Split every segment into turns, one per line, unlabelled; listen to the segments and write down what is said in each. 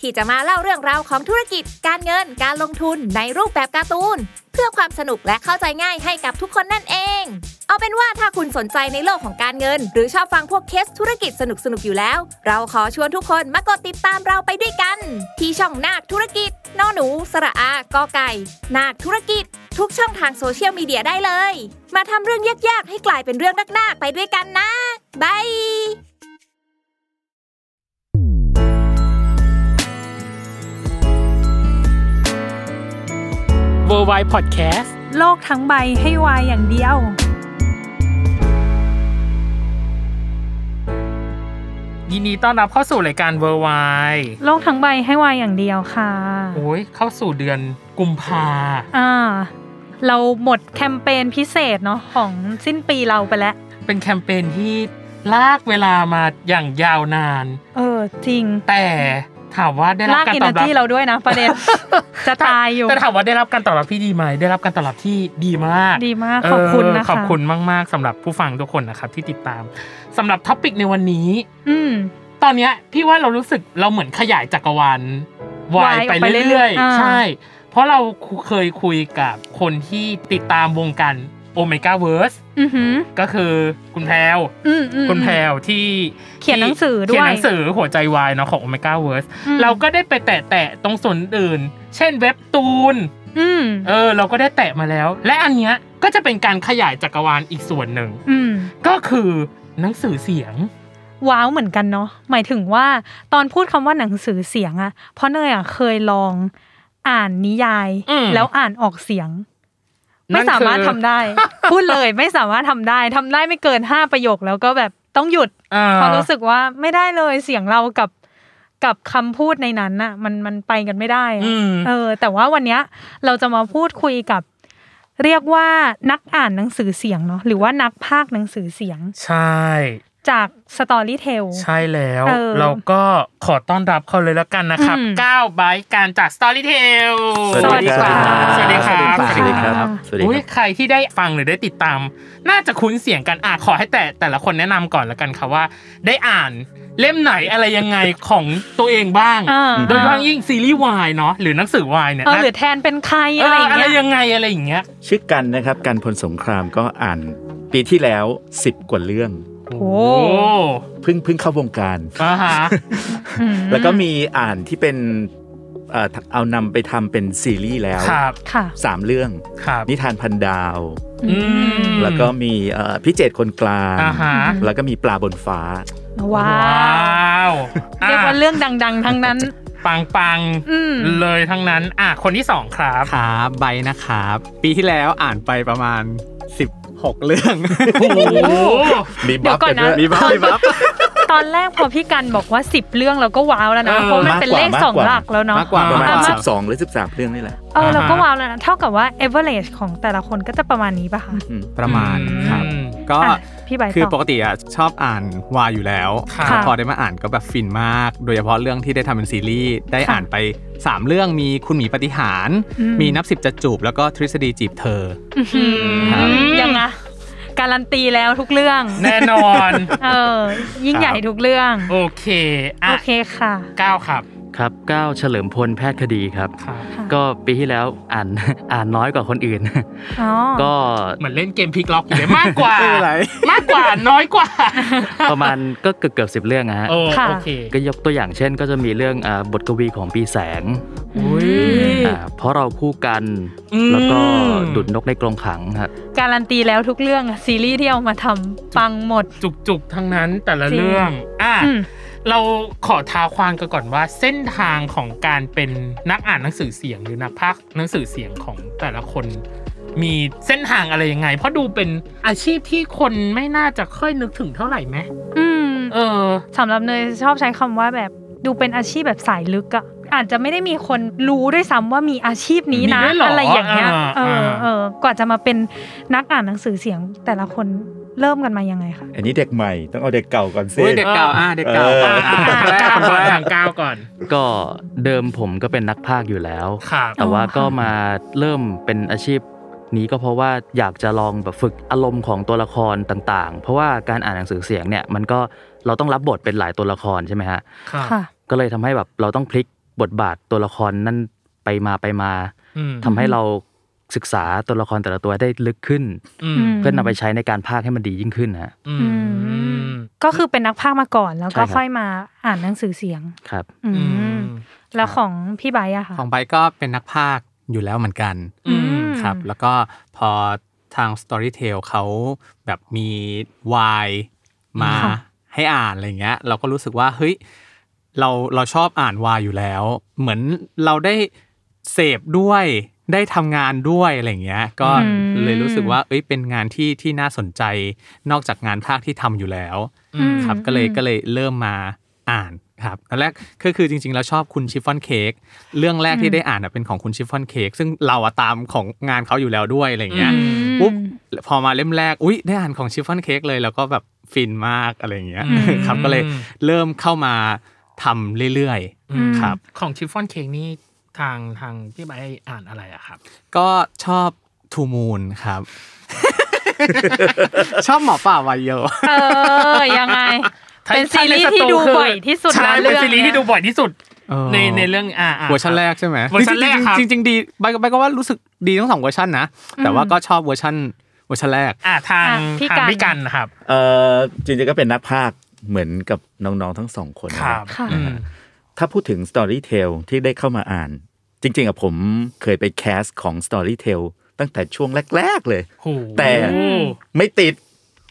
ที่จะมาเล่าเรื่องราวของธุรกิจ การเงินการลงทุนในรูปแบบการ์ตูน เพื่อความสนุกและเข้าใจง่ายให้กับทุกคนนั่นเอง เอาเป็นว่าถ้าคุณสนใจในโลกของการเงิน หรือชอบฟังพวกเคสธุรกิจสนุกๆอยู่แล้ว เราขอชวนทุกคนมากดติดตามเราไปด้วยกัน ที่ช่องนาคธุรกิจนอหนู สระอากอไก่ นาคธุรกิจ ทุกช่องทางโซเชียลมีเดียได้เลย มาทำเรื่องยากๆ ให้กลายเป็นเรื่องนักๆไปด้วยกันนะบาย
w o r l d w i d e Podcast
โลกทั้งใบให้วายอย่างเดียว
ยินดีต้อนรับเข้าสู่รายการ w o r l d w i d e
โลกทั้งใบให้วายอย่างเดียวค่ะ
โอ้ยเข้าสู่เดือนกุมภา
อ่า เราหมดแคมเปญพิเศษเนาะของสิ้นปีเราไปแล้ว
เป็นแคมเปญที่ลากเวลามาอย่างยาวนาน
เออ จริง
แต่ถามว่าได้รับ
ลาก
การ
อิ
ต
น
อบรับ
เจีเราด้วยนะประเด็น จะตายอยู่
แต่ถามว่าได้รับการตอบรับที่ดีไหมได้รับการตอบรับที่ดีมาก
ดีมาก ขอบคุณนะ
เออ
คะ
ขอบคุณมาก ๆสำหรับผู้ฟังทุกคนนะครับที่ติดตามสำหรับท็อปิกในวันนี้
อืม
ตอนเนี้ยพี่ว่าเรารู้สึกเราเหมือนขยายจักรวาลวาย
Y
ไป
ออกไปเรื่
เรื่อ
อย ย
ๆ
ๆ
ใช่
อ่
เพราะเราเคยคุยกับคนที่ติดตามวงการโอเมก้าเวิร์ส
อือหือ
ก็คือคุณแพรว
อืมอืม
คุณแพรวที่
เขียนหนังสือด้วย
เขียนหนังสือหัวใจวายเนาะของโอเมก้าเวิร์ส
อืม
เราก็ได้ไปแตะๆตรงส่วนอื่น เช่นเว็บตูน
อืม
เออ เราก็ได้แตะมาแล้ว และอันเนี้ยก็จะเป็นการขยายจักรวาลอีกส่วนหนึ่ง
อืม
ก็คือหนังสือเสียง
ว้าวเหมือนกันเนาะหมายถึงว่าตอนพูดคำว่าหนังสือเสียงอะเพราะเนยอะเคยลองอ่านนิยาย
อืม
แล้วอ่านออกเสียง ไม่
นั่นคือ
สามารถทำได้ พูดเลยไม่สามารถทำได้ทำได้ไม่เกินห้าประโยคแล้วก็แบบต้องหยุด
อ่า
เพราะรู้สึกว่าไม่ได้เลยเสียงเรากับกับคำพูดในนั้นน่ะ มันมันไปกันไม่ได้อะ
อืม
เออ แต่ว่าวันเนี้ยเราจะมาพูดคุยกับ เรียกว่านักอ่านหนังสือเสียงเนาะหรือว่านักพากย์หนังสือเสียง
ใช่
จากสตอรี่เทล
ใช่แล้ว
เออ
เราก็ขอต้อนรับเขาเลยแล้วกันนะครับ
อืม
ก้าวไบค์การจาก Storytel
สวัสดีครับ
สวัสดีครับ
สวัสดีครับ สวัสดี
อุ้ย
ครับ
ใครที่ได้ฟังหรือได้ติดตาม น่าจะคุ้นเสียงกันอ่ะขอให้แต่แต่ละคนแนะนำก่อนแล้วกันค่ะว่า ได้อ่านเล่มไหนอะไรยังไงของตัวเองบ้าง
อ่า
โดยเฉพาะยิ่งซีรีส์วายเนาะหรือหนังสือวายเนี่ย
เออ
น่า
หรือแทนเป็นใคร
เอ
อะไรอ
ออะไร
ย่างเงี้ย
ยังไงอะไรอย่างเงี้ย
ชื่อกันนะครับ กันพลสงครามก็อ่านปีที่แล้ว 10 กว่าเรื่อง
โอ้โห
เพิ่งเพิ่งเข้าวงการ
อ่าฮะ
อืม
แล้วก็มีอ่านที่เป็นเอ่อเอานำไปทำเป็นซีรีส์แล้ว
ครับ
ค่ะ
สามเรื่อง
ครับ
นิทานพันดาว
อืม
แล้วก็มีเอ่อพิเจตคนกลาง
อ่าฮะ
แล้วก็มีปลาบนฟ้า
ว้าว
ว
เรียกว่า
อ่ะ
เรื่องดัง ๆ ทั้งนั้น
ปังปัง
อืม
เลยทั้งนั้น อ่ะ คนที่สองครับ
ครับใบนะครับ ปีที่แล้วอ่านไปประมาณ 16 เรื่อง
โอ้โห
มี
เดี๋
บั
ยว
ฟ
ก่อน
กัน
นะ
ด้วย
มีบ้างมีบ้าง
ตอนแรกพอพี่กันบอกว่า10เรื่องเราก็ว้าวแล้วนะ
เออ
เพราะมันเป็นเลข
มากก
สอ
ว่า
งหลักแล้วเนาะ
มากกว่า
ประมาณ
อ่ะ
สิบสองหรือสิบสามเรื่องนี่แหละ
เออเราก็ว้าวแล้วนะ เท่ากับว่า average ของแต่ละคนก็จะประมาณนี้ป่ะคะ
อืม
ประมาณครับ
อืม
ก็
อ่ะพี่ใบต่อ
คือปกติอ่ะชอบอ่านวายอยู่แล้ว
ค่ะ
แล้วพอได้มาอ่านก็แบบฟินมาก โดยเฉพาะเรื่องที่ได้ทำเป็นซีรีส์ได้อ่านไป 3 เรื่องมีคุณหมีปฏิหาร
อืม
มีนับสิบจะจูบ แล้วก็ทฤษฎีจีบเธอ
ครับ
ยังไงการันตีแล้วทุกเรื่อง
แน่นอน
เออ ยิ่งใหญ่ทุกเรื่อง
โอเค อ่ะ
โอเคค่ะ
เก้าครับ
ครับก้าวเฉลิมพลแพทย์คดีครับ
ครับ
ค่ะ
ก็ปีที่แล้วอ่าน อ่านน้อยกว่าคนอื่น
อ๋อ
ก็
เหมือนเล่นเกมพลิกล็อกอยู่ เลยมากกว่า
ไม่เป็นไร
มากกว่าน้อยกว่า
ประมาณก็เกือบเกือบสิบเรื่องอะฮะ
โอ้
ค่ะ
โอเค
ก็ยกตัวอย่างเช่น ก็จะมีเรื่องอ่าบทกวีของปีแสง
อุ้ย
อ่าเพราะเราคู่กัน
อืม
แล้วก็ดุดนกในกรงขังฮะ
การันตีแล้วทุกเรื่องอะซีรีส์ที่เอามาทำปังหมด
จุกๆ ทั้งนั้นแต่ละเรื่อง อ่ะ
อืม
เราขอท้าความกันก่อนว่าเส้นทางของการเป็นนักอ่านหนังสือเสียงหรือนักพากย์หนังสือเสียงของแต่ละคน มีเส้นทางอะไรยังไง เพราะดูเป็นอาชีพที่คนไม่น่าจะค่อยนึกถึงเท่าไหร่ไหม
อืม
เออ
สำหรับเนยชอบใช้คำว่าแบบดูเป็นอาชีพแบบสายลึกอะอาจจะไม่ได้มีคนรู้ด้วยซ้ำว่ามีอาชีพนี้นะ
มีด้วยเหรอ
อะไรอย่างเงี้ย
อ่า
เออ
อ่า
เออกว่าจะมาเป็นนักอ่านหนังสือเสียงแต่ละคน เริ่มกันมายังไงคะ
อันนี้เด็กใหม่ต้องเอาเด็กเก่าก่อนสิ
เฮ้ยเด็กเก่าอ่ะเด็กเก่า
เออ
อ่าอ่า
คนแรก
ก้าว
คน
ก่อน
แร
ทาก งก้าวก่อน
ก็เดิมผมก็เป็นนักพากย์อยู่แล้ว
ครับ
แต่ว่า
อ๋อค่ะ
ก็มาเริ่มเป็นอาชีพนี้ก็เพราะว่าอยากจะลองแบบฝึกอารมณ์ของตัวละครต่างๆ เพราะว่าการอ่านหนังสือเสียงเนี่ยมันก็เราต้องรับบทเป็นหลายตัวละครใช่ไหมฮะ
ครับ
ค่ะ
ก็เลยทำให้แบบเราต้องพลิกบทบาทตัวละครนั่นไปมาไปมา
อืม
ทำให้เราศึกษาตัวละครแต่ละตัวได้ลึกขึ้น
อืม
เพื่อนำไปใช้ในการพากย์ให้มันดียิ่งขึ้นนะฮะ
อืม
ก็คือเป็นนักพากย์มาก่อนแล้วก็
ใช่ครับ
ค่อยมาอ่านหนังสือเสียง
ครับ
อื
อื
ม
ม
แล้วของพี่ไบร์ทอะค่ะ
ของไปก็เป็นนักภาคอยู่แล้วเหมือนกัน
อืม
ครับ แล้วก็พอทาง Storytel เขาแบบมีวายมา
ค่ะ
ให้อ่านอะไรเงี้ย เราก็รู้สึกว่าเฮ้ยเราเราชอบอ่านวายอยู่แล้ว เหมือนเราได้เสพด้วยได้ทำงานด้วยอะไรเงี้ย ก็เลยรู้สึกว่าเอ้ยเป็นงานที่ที่น่าสนใจ นอกจากงานภาคที่ทำอยู่แล้ว
อืม
ครับก็เลย
อืม
ก็เลยเริ่มมาอ่านครับตอนแรกก็คือจริงๆ แล้วชอบคุณชิฟฟ่อนเค้กเรื่องแรก
อืม
ที่ได้อ่านอะเป็นของคุณชิฟฟ่อนเค้กซึ่งเราอะตามของงานเขาอยู่แล้วด้วยอะไรอย่างเงี้ย
อืม
ปุ๊บ พอมาเล่มแรกอุ้ยได้อ่านของชิฟฟ่อนเค้กเลยแล้วก็แบบฟินมากอะไรอย่างเงี้ย
อืม
ครับก็เลยเริ่มเข้ามาทำเรื่อย
อืม
ครับ
ของชิฟฟ่อนเค้กนี่ทางทางพี่ใบอ่านอะไรอะครับ
ๆ ก็ชอบทูมูนครับ ชอบหมอป่าไวโย
เออยังไง
ถ้า
เป็น
ถ้า
ซีรีส์
ใส
ที่
ตู
ดู
คื
บ่อยที่สุด
ใช่
นะ
เป็น
เรื่อง
ซีรีส์
เนี้ย
ที่ดูบ่อยที่สุด
เออ
ในในเรื่องอ่า
เวอร์ชันแรกใช่ไหม
เวอร์ชันแรกครับ
จริงๆจริงๆดีใบก็ใบก็ว่ารู้สึกดีทั้งสองเวอร์ชันนะ แต่ว่าก็ชอบเวอร์ชันเวอร์ชันแรก
อ่าทาง
อ่ะพี่
ทาง
กัน
พี่กันนะครับ
เออจริงๆก็เป็นนักภาคเหมือนกับน้องๆทั้งสองคน
ค
นะ
รับ
ค่ะ
อืม
ถ้าพูดถึง Storytel ที่ได้เข้ามาอ่าน จริง ๆอะผมเคยไปแคสของ Storytel ตั้งแต่ช่วงแรก ๆ เลย
โห
แต่ ไม่ติด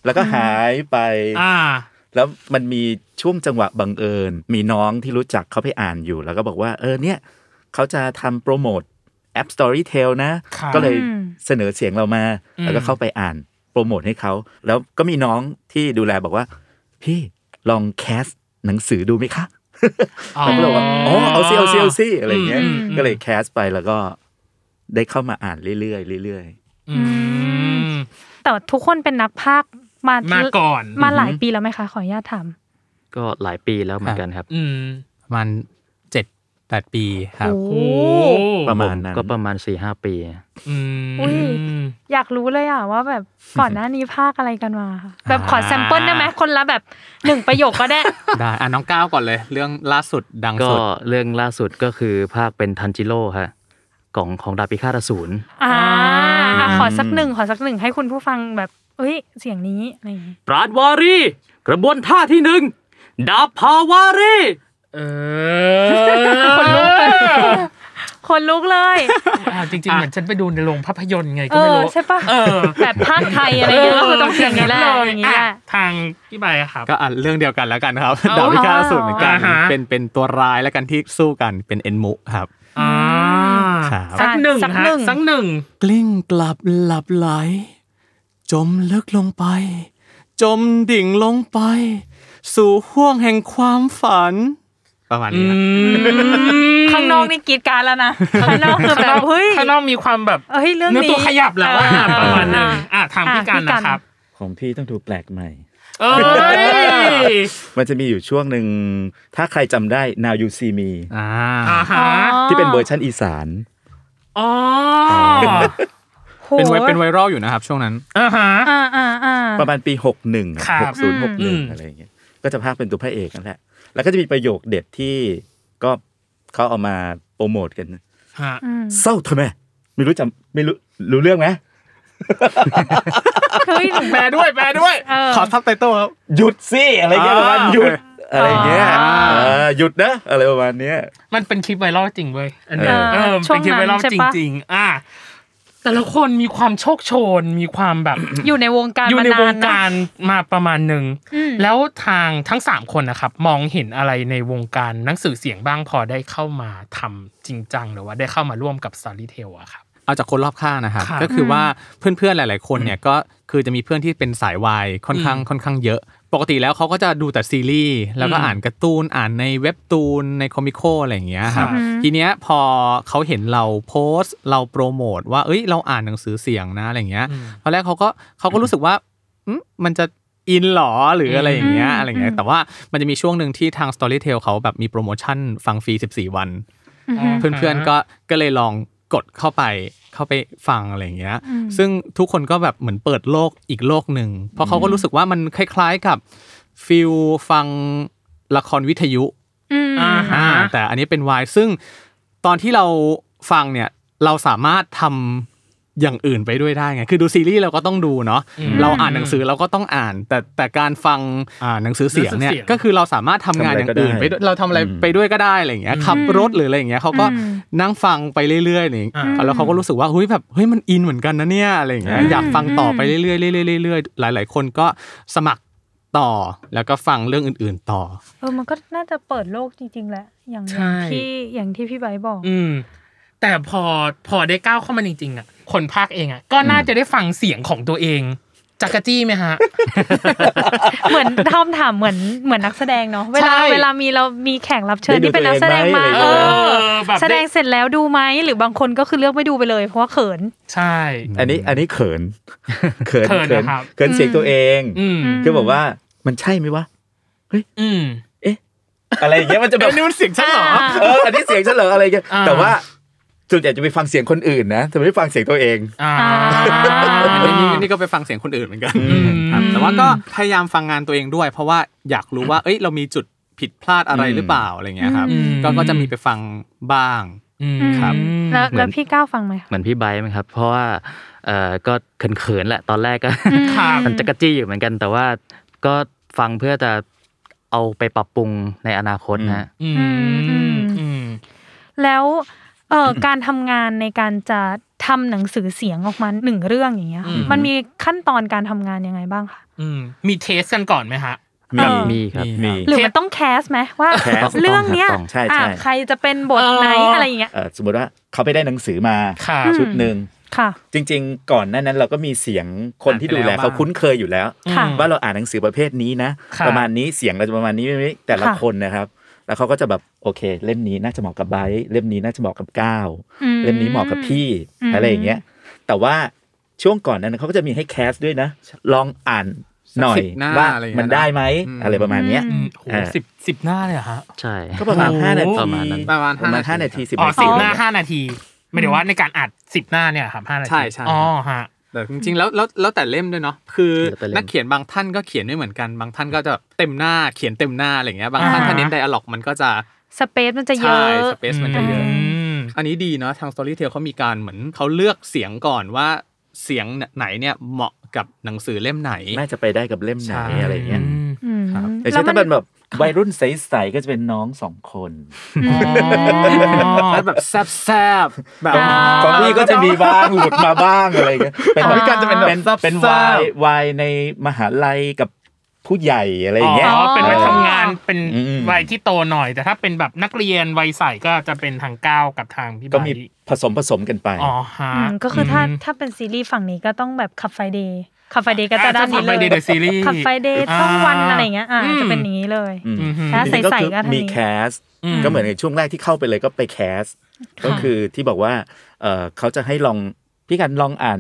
แล้วก็หายไป
อ่า
แล้วมันมีช่วงจังหวะบังเอิญ มีน้องที่รู้จักเขาไปอ่านอยู่ แล้วก็บอกว่าเออเนี่ย เขาจะทำโปรโมทแอป Storytel นะ
ครับ
ก็เลย
อืม
เสนอเสียงเรามา
อืม
แล้วก็เข้าไปอ่านโปรโมทให้เขา แล้วก็มีน้องที่ดูแลบอกว่า พี่ลองแคสหนังสือดูไหมคะ
อ๋อ
เราก็เลยบอกว่าอ๋อเอาซิเอาซิเอาซิอะไรอย่างเงี้ย
อืมอืม
ก็เลยแคสไปแล้วก็ได้เข้ามาอ่านเรื่อยๆเรื่อย
อืม
แต่ทุกคนเป็นนักพากย์มา
มาก่อน
มาหลายปีแล้วไหมคะ ขออนุญาตถาม
ก็หลายปีแล้วเหมือนกันครับ
อืม
ประมาณเจ็ดแปดปีครับ
โอ้
โอ้
ๆ ประมาณนั้น
ก็ประมาณ4ี่ห้าปี
อืม
อยากรู้เลยอะว่าแบบก่อนหน้านี้พากย์อะไรกันมาค่ะแบบขอ
อ่า
แซมเปิลได้ไหมคนละแบบหนึ่งประโยคก็ได้
ได้อ่ะน้องก้าวก่อนเลย เรื่องล่าสุดดัง
ก็
สุด
เรื่องล่าสุดก็คือภาคเป็นทันจิโร่ฮะของของดาบพิฆาตอสูร
อ่า
อ่า
ขอสักหนึ่งขอสักหนึ่งให้คุณผู้ฟังแบบเอ้ยเสียงนี้อะไรอย่างงี้
ปราดวารีกระบวนท่าที่หนึ่งดาบพาวารี
เออคนลุก
คนลุกเลย
จริงๆ เหมือนฉันไปดูในโรงภาพยนตร์ไงก็
เอ
ไม่
อ
รู้
ใช่ปะ
เออ
แบบภาคไทยอะไรเงี้ยก็คือต้องเสียงนี้แหละ
เล
อย่างงี้แหละ
ทางพี่ใบอะครับ
ก็อ่ะเรื่องเดียวกันแล้วกันครับ
เอา
ดาบพิฆาตอสูรเหมือนกัน
อ่าฮะ
เป็นเป็นตัวร้ายแล้วกันที่สู้กันเป็นเอ็นมุครับ
อ่า
ครับ
สักหนึ่ง
สัก
ฮะ
หนึ่ง
สักหนึ่ง
กลิ้งกลับหลับไหล จมลึกลงไป จมดิ่งลงไป สู่ห้วงแห่งความฝัน ประมาณนี้ครับ
ข้างนอกนี่กรีดกรารแล้วนะข้างนอกคือแบบเฮ้ย
ข้างนอกมีความแบบ
เอ้ยเรื่อง
เนื้อ
นี้
ตัวขยับแล้วอะ
อ่
ประมาณนึง
อ่
อ่ะทางพี่กัน
อ่ะพี่กัน
นะครับ
ของพี่ต้องถูกแปลกใหม่
เอ้ย
มันจะมีอยู่ช่วงหนึ่ง ถ้าใครจำได้ Now You See Me
อ่า
อ่าฮะ
ที่เป็นเวอร์ชันอีสาน
อ๋อ
โห
เป็นไวเป็นไวรัลอยู่นะครับช่วงนั้น
อ่าฮะ
อ่าอ่าอ่า
ประมาณปี 61อะ
ครับ
60
อืม
61 อะไรอย่างเงี้ย ก็จะพากย์เป็นตัวพระเอกนั่นแหละ แล้วก็จะมีประโยคเด็ดที่ก็เขาเอามาโปรโมทกัน
ฮะ
เศร้าทำไมไม่รู้จำไม่รู้รู้เรื่องไหม
เฮ้ย
แปลด้วย แปลด้วย
เออ
ขอทับไตเติ้ลครับ
หยุดสิอะไรเงี้ยประมาณ
อ่า
หยุดอะไรเงี้ย
อ่า
เออหยุดนะอะไรประมาณเนี้ย
มันเป็นคลิปไวรัลจริงเว้ยอันเนี้ย
เออ
เออมันเป็นคลิปไวรัล
ช่วง
จ
นั้นใช่ปะ
ริง ๆ อ่ะแต่ละคนมีความโชคโชน มีความแบบ
อยู่ในวงการ
อยู่
มา
ในว
นาง นนะ
การมาประมาณหนึ่ง
อืม
แล้วทางทั้ง 3 คนนะครับ มองเห็นอะไรในวงการหนังสือเสียงบ้างพอได้เข้ามาทำจริงจังหรือว่าได้เข้ามาร่วมกับ Storytel อะครับ
เอาจากคนรอบข้างนะครับ
ครับ
ก็คือว่าเพื่อนๆหลาย ๆ คนเนี่ยก็คือจะมีเพื่อนที่เป็นสายวายค่อนข้างค่อนข้างเยอะ ปกติแล้วเขาก็จะดูแต่ซีรีส์แล้วก็
อืม
อ่านการ์ตูนอ่านในเว็บตูนในคอมิโคอะไรอย่างเงี้ยครับ
ครับ
ทีเนี้ยพอเขาเห็นเราโพสต์ เราโปรโมทว่าเอ้ยเราอ่านหนังสือเสียงนะอะไรอย่างเงี้ยตอนแรกเขาก็เขาก็รู้สึกว่า อืมมันจะอินหรอหรืออะไรอย่างเงี้ยอะไรอย่างเงี้ยแต่ว่ามันจะมีช่วงหนึ่งที่ทาง Storytel เขาแบบมีโปรโมชั่นฟังฟรี 14 วัน
อือฮึ
เพื่อนๆก็ก็เลยลองกดเข้าไปเข้าไปฟังอะไรอย่างเงี้ย
อืม
ซึ่งทุกคนก็แบบเหมือนเปิดโลกอีกโลกหนึ่ง เพราะเขาก็รู้สึกว่ามันคล้ายๆกับฟิลฟังละครวิทยุ
อืม
อ่าฮะ
อ่าแต่อันนี้เป็นวายซึ่งตอนที่เราฟังเนี่ยเราสามารถทำอย่างอื่นไปด้วยได้ไง คือดูซีรีส์เราก็ต้องดูเนาะ
อืม
เราอ่านหนังสือเราก็ต้องอ่าน แต่แต่การฟังอ่าหนังสือเสียงเนี่
ห
ย
นังสือเสียง
ก็คือเราสามารถทำงานอย่างอื่นไปด้วยเราทำอะไรไปด้วยก็ได้อะไรอย่างเงี้ยขับรถหรืออะไรอย่างเงี้ยเขาก็
อืม
นั่งฟังไปเรื่อยๆนี่
อ่า
แล้วเขาก็รู้สึกว่าเฮ้ยแบบเฮ้ยมันอินเหมือนกันนะเนี่ยอะไรอย่างเงี้ยอยากฟังต่อไปเรื่อยๆเรื่อยๆเรื่อยๆหลาย ๆ คนก็สมัครต่อแล้วก็ฟังเรื่องอื่น ๆต่อ
เออมันก็น่าจะเปิดโลกจริงๆแหละอย่าง
ใช่
อย่างที่อย่างที่พี่ไบร์ทบอก
อืม แต่พอพอได้ก้าวเข้ามาจริงๆอ่ะ คนภาคเองอ่ะ ก็น่าจะได้ฟังเสียงของตัวเองจักรจี้ไหมฮะ
เหมือนทอมถามเหมือนเหมือนนักแสดงเนาะเวลา
ใช่
เวลามีเรามีแขกรับเชิญ
ได้ดู
ที่เป็นนักแสดงมา
ตัวเองไหม
เออ
แบบ
แสดงเสร็จแล้วดูไหมหรือบางคนก็คือเลือกไม่ดูไปเลย เพราะว่าเขิน
ใช่
อันนี้อันนี้เขิน เขิน
เขิน
เขิน
นะครับ
เขินเสียงตัวเอง
อืม
คือบอกว่ามันใช่ไหมวะ
อืม
อะไรอย่างเงี้ยมันจะแบบ
นี่มันเสียงฉันเหรอ
อ่า
เอออันนี้เสียงฉันเหรออะไรเงี้ย
อ่า
แต่ว่าส่วนใหญ่จะไปฟังเสียงคนอื่นนะแต่ไม่ได้ฟังเสียงตัวเอง
อ่า
อันนี้นี่นี่ก็ไปฟังเสียงคนอื่นเหมือนกันครับแต่ว่าก็พยายามฟังงานตัวเองด้วย เพราะว่าอยากรู้ว่า เอ้ย เรามีจุดผิดพลาดอะไรหรือเปล่าอะไรเงี้ยครับ
อืม
ก็ก็จะมีไปฟังบ้าง
อืม
ครับ
แล้ว
เหมือน
แล้วพี่ก้าวฟังไหม
เหมือนพี่ไบร์ทไหมครับ เพราะว่าเอ่อก็เขินๆแหละตอนแรกก็
ครับ
มันจะกระจี้อยู่เหมือนกัน แต่ว่าก็ฟังเพื่อจะเอาไปปรับปรุงในอนาคตนะฮะ
อืมอืม
แล้วเอ่อการทำงานในการจะทำหนังสือเสียงออกมาหนึ่งเรื่องอย่างเงี้ยค่ะ
อืม
มันมีขั้นตอนการทำงานยังไงบ้างคะ
อืมมีเทสกันก่อนไหมฮะ
มี
มีครับ
มี
หรือมันต้องแคสไหมว่า
แคส
เรื่องเนี้ย
ต้องใช่ใช่
อ่ะใครจะเป็นบทไหน
เอออ
อะไรอย่างเงี้ย
เอ่อสมมติว่าเขาไปได้หนังสือมา
ค่ะ
ชุดหนึ่ง
ค่ะ
จริง ๆ ก่อนหนั้นนั้นเราก็มีเสียงคนที่ดูแล
อ่านไปแล้วบ้าง
เขาคุ้นเคยอยู่แล้ว
ค่ะ
ว่าเราอ่านหนังสือประเภทนี้นะ
ค่ะ
ประมาณนี้เสียงเราจะประมาณนี้ประมาณนี้แต่ละ
ค่ะ
คนนะครับ แล้วเขาก็จะแบบโอเค เล่มนี้น่าจะเหมาะกับไบรท์เล่มนี้น่าจะเหมาะกับก้าว
อื
เล่มนี้เหมาะกับพี่
อืม
อะไรอย่างเงี้ย แต่ว่าช่วงก่อนนั้นเขาก็จะมีให้แคสด้วยนะ ลองอ่านหน่อย
สักสิบหน้า
ว่า
อะไรอย่างเงี้ย
มันได้ไหม
อืม
อะไรประมาณเนี้ย
อืมโห
อ่า
สิบสิบหน้าเลยเหรอฮะ
ใช่
ก็ประมาณ
โอ้โห
ห้านาที
ประมาณนั้น
ประมาณห้า
ประมาณห้านา
นาที
ทีสิบ
อ๋อ
นา
สิ
ที
บหน้าห้านาทีไม่เดี๋ยวว่าในการอัดสิบหน้าเนี่ยครับห้านาที
ใช่ใช่
อ๋อฮะ
แต่จริงๆ แล้วแล้วแล้วแต่เล่มด้วยเนาะ คือ
แล้วแต่เล่ม
นักเขียนบางท่านก็เขียนไม่เหมือนกัน บางท่านก็จะแบบเต็มหน้าเขียนเต็มหน้าอะไรเงี้ย บางท่าน
อ่า
ถ้าเน้นไดอะล็อกมันก็จะ
สเปซมันจะเย
ใช่
อะ
สเปซมันจะเยอะ
ม
อันนี้ดีเนาะทาง Storytel เขามีการเหมือนเขาเลือกเสียงก่อนว่าเสียงไหนเนี่ยเหมาะกับหนังสือเล่มไหน
น่าจะไปได้กับเล่มไหน
ใช่
อะไรอย่างเงี้ย
อืม
แต่เช่นถ้าเป็นแบบวัยรุ่นใสๆก็จะเป็นน้องสองคน
อืม
แล้วแบบแซบแซบๆแบบ
อ่า
ของพี่ก็จะมีบ้างหลุดมาบ้างอะไรอย่างเงี้ยเป็น
ของพี่ก็จะเป็นแบบ
เป็น
ซับ
เป็น
ซ้อน
วายวายในมหาลัยกับผู้ใหญ่อะไรอย่างเงี้ย
อ๋อ เป็นวัย
อ๋อ
ทำงาน เป็น
อืม
วัยที่โตหน่อย แต่ถ้าเป็นแบบนักเรียนวัยใสก็จะเป็นทางก้าวกับทางพี่
ก็
บา
มี
ย
ผสมผสมๆกันไป
อ๋อฮะ
อืมก็คือถ้า
อืม
ถ้าเป็นซีรีส์ฝั่งนี้ก็ต้องแบบขับไฟเดย์ขับไฟเดย์ก็จะ
อ่
ด้าน
ขั
นี้
บ
เล
ไป
ย
เดย์เดอะซีรีส์
ขับไฟเดย์ต้องวันอะไรอย่างเงี้ยอ่า
อืม
จะเป็นอย่างนี้เลย
อืม
อืมฮึ
แล้ว
จริงๆก็
ใส
คือ
ๆก็ทาง
มี
นี้
แคส
อืม
ก็เหมือนในช่วงแรกที่เข้าไปเลยก็ไปแคส ก็คือที่บอกว่าเอ่อเขาจะให้ลองพี่กันลองอ่าน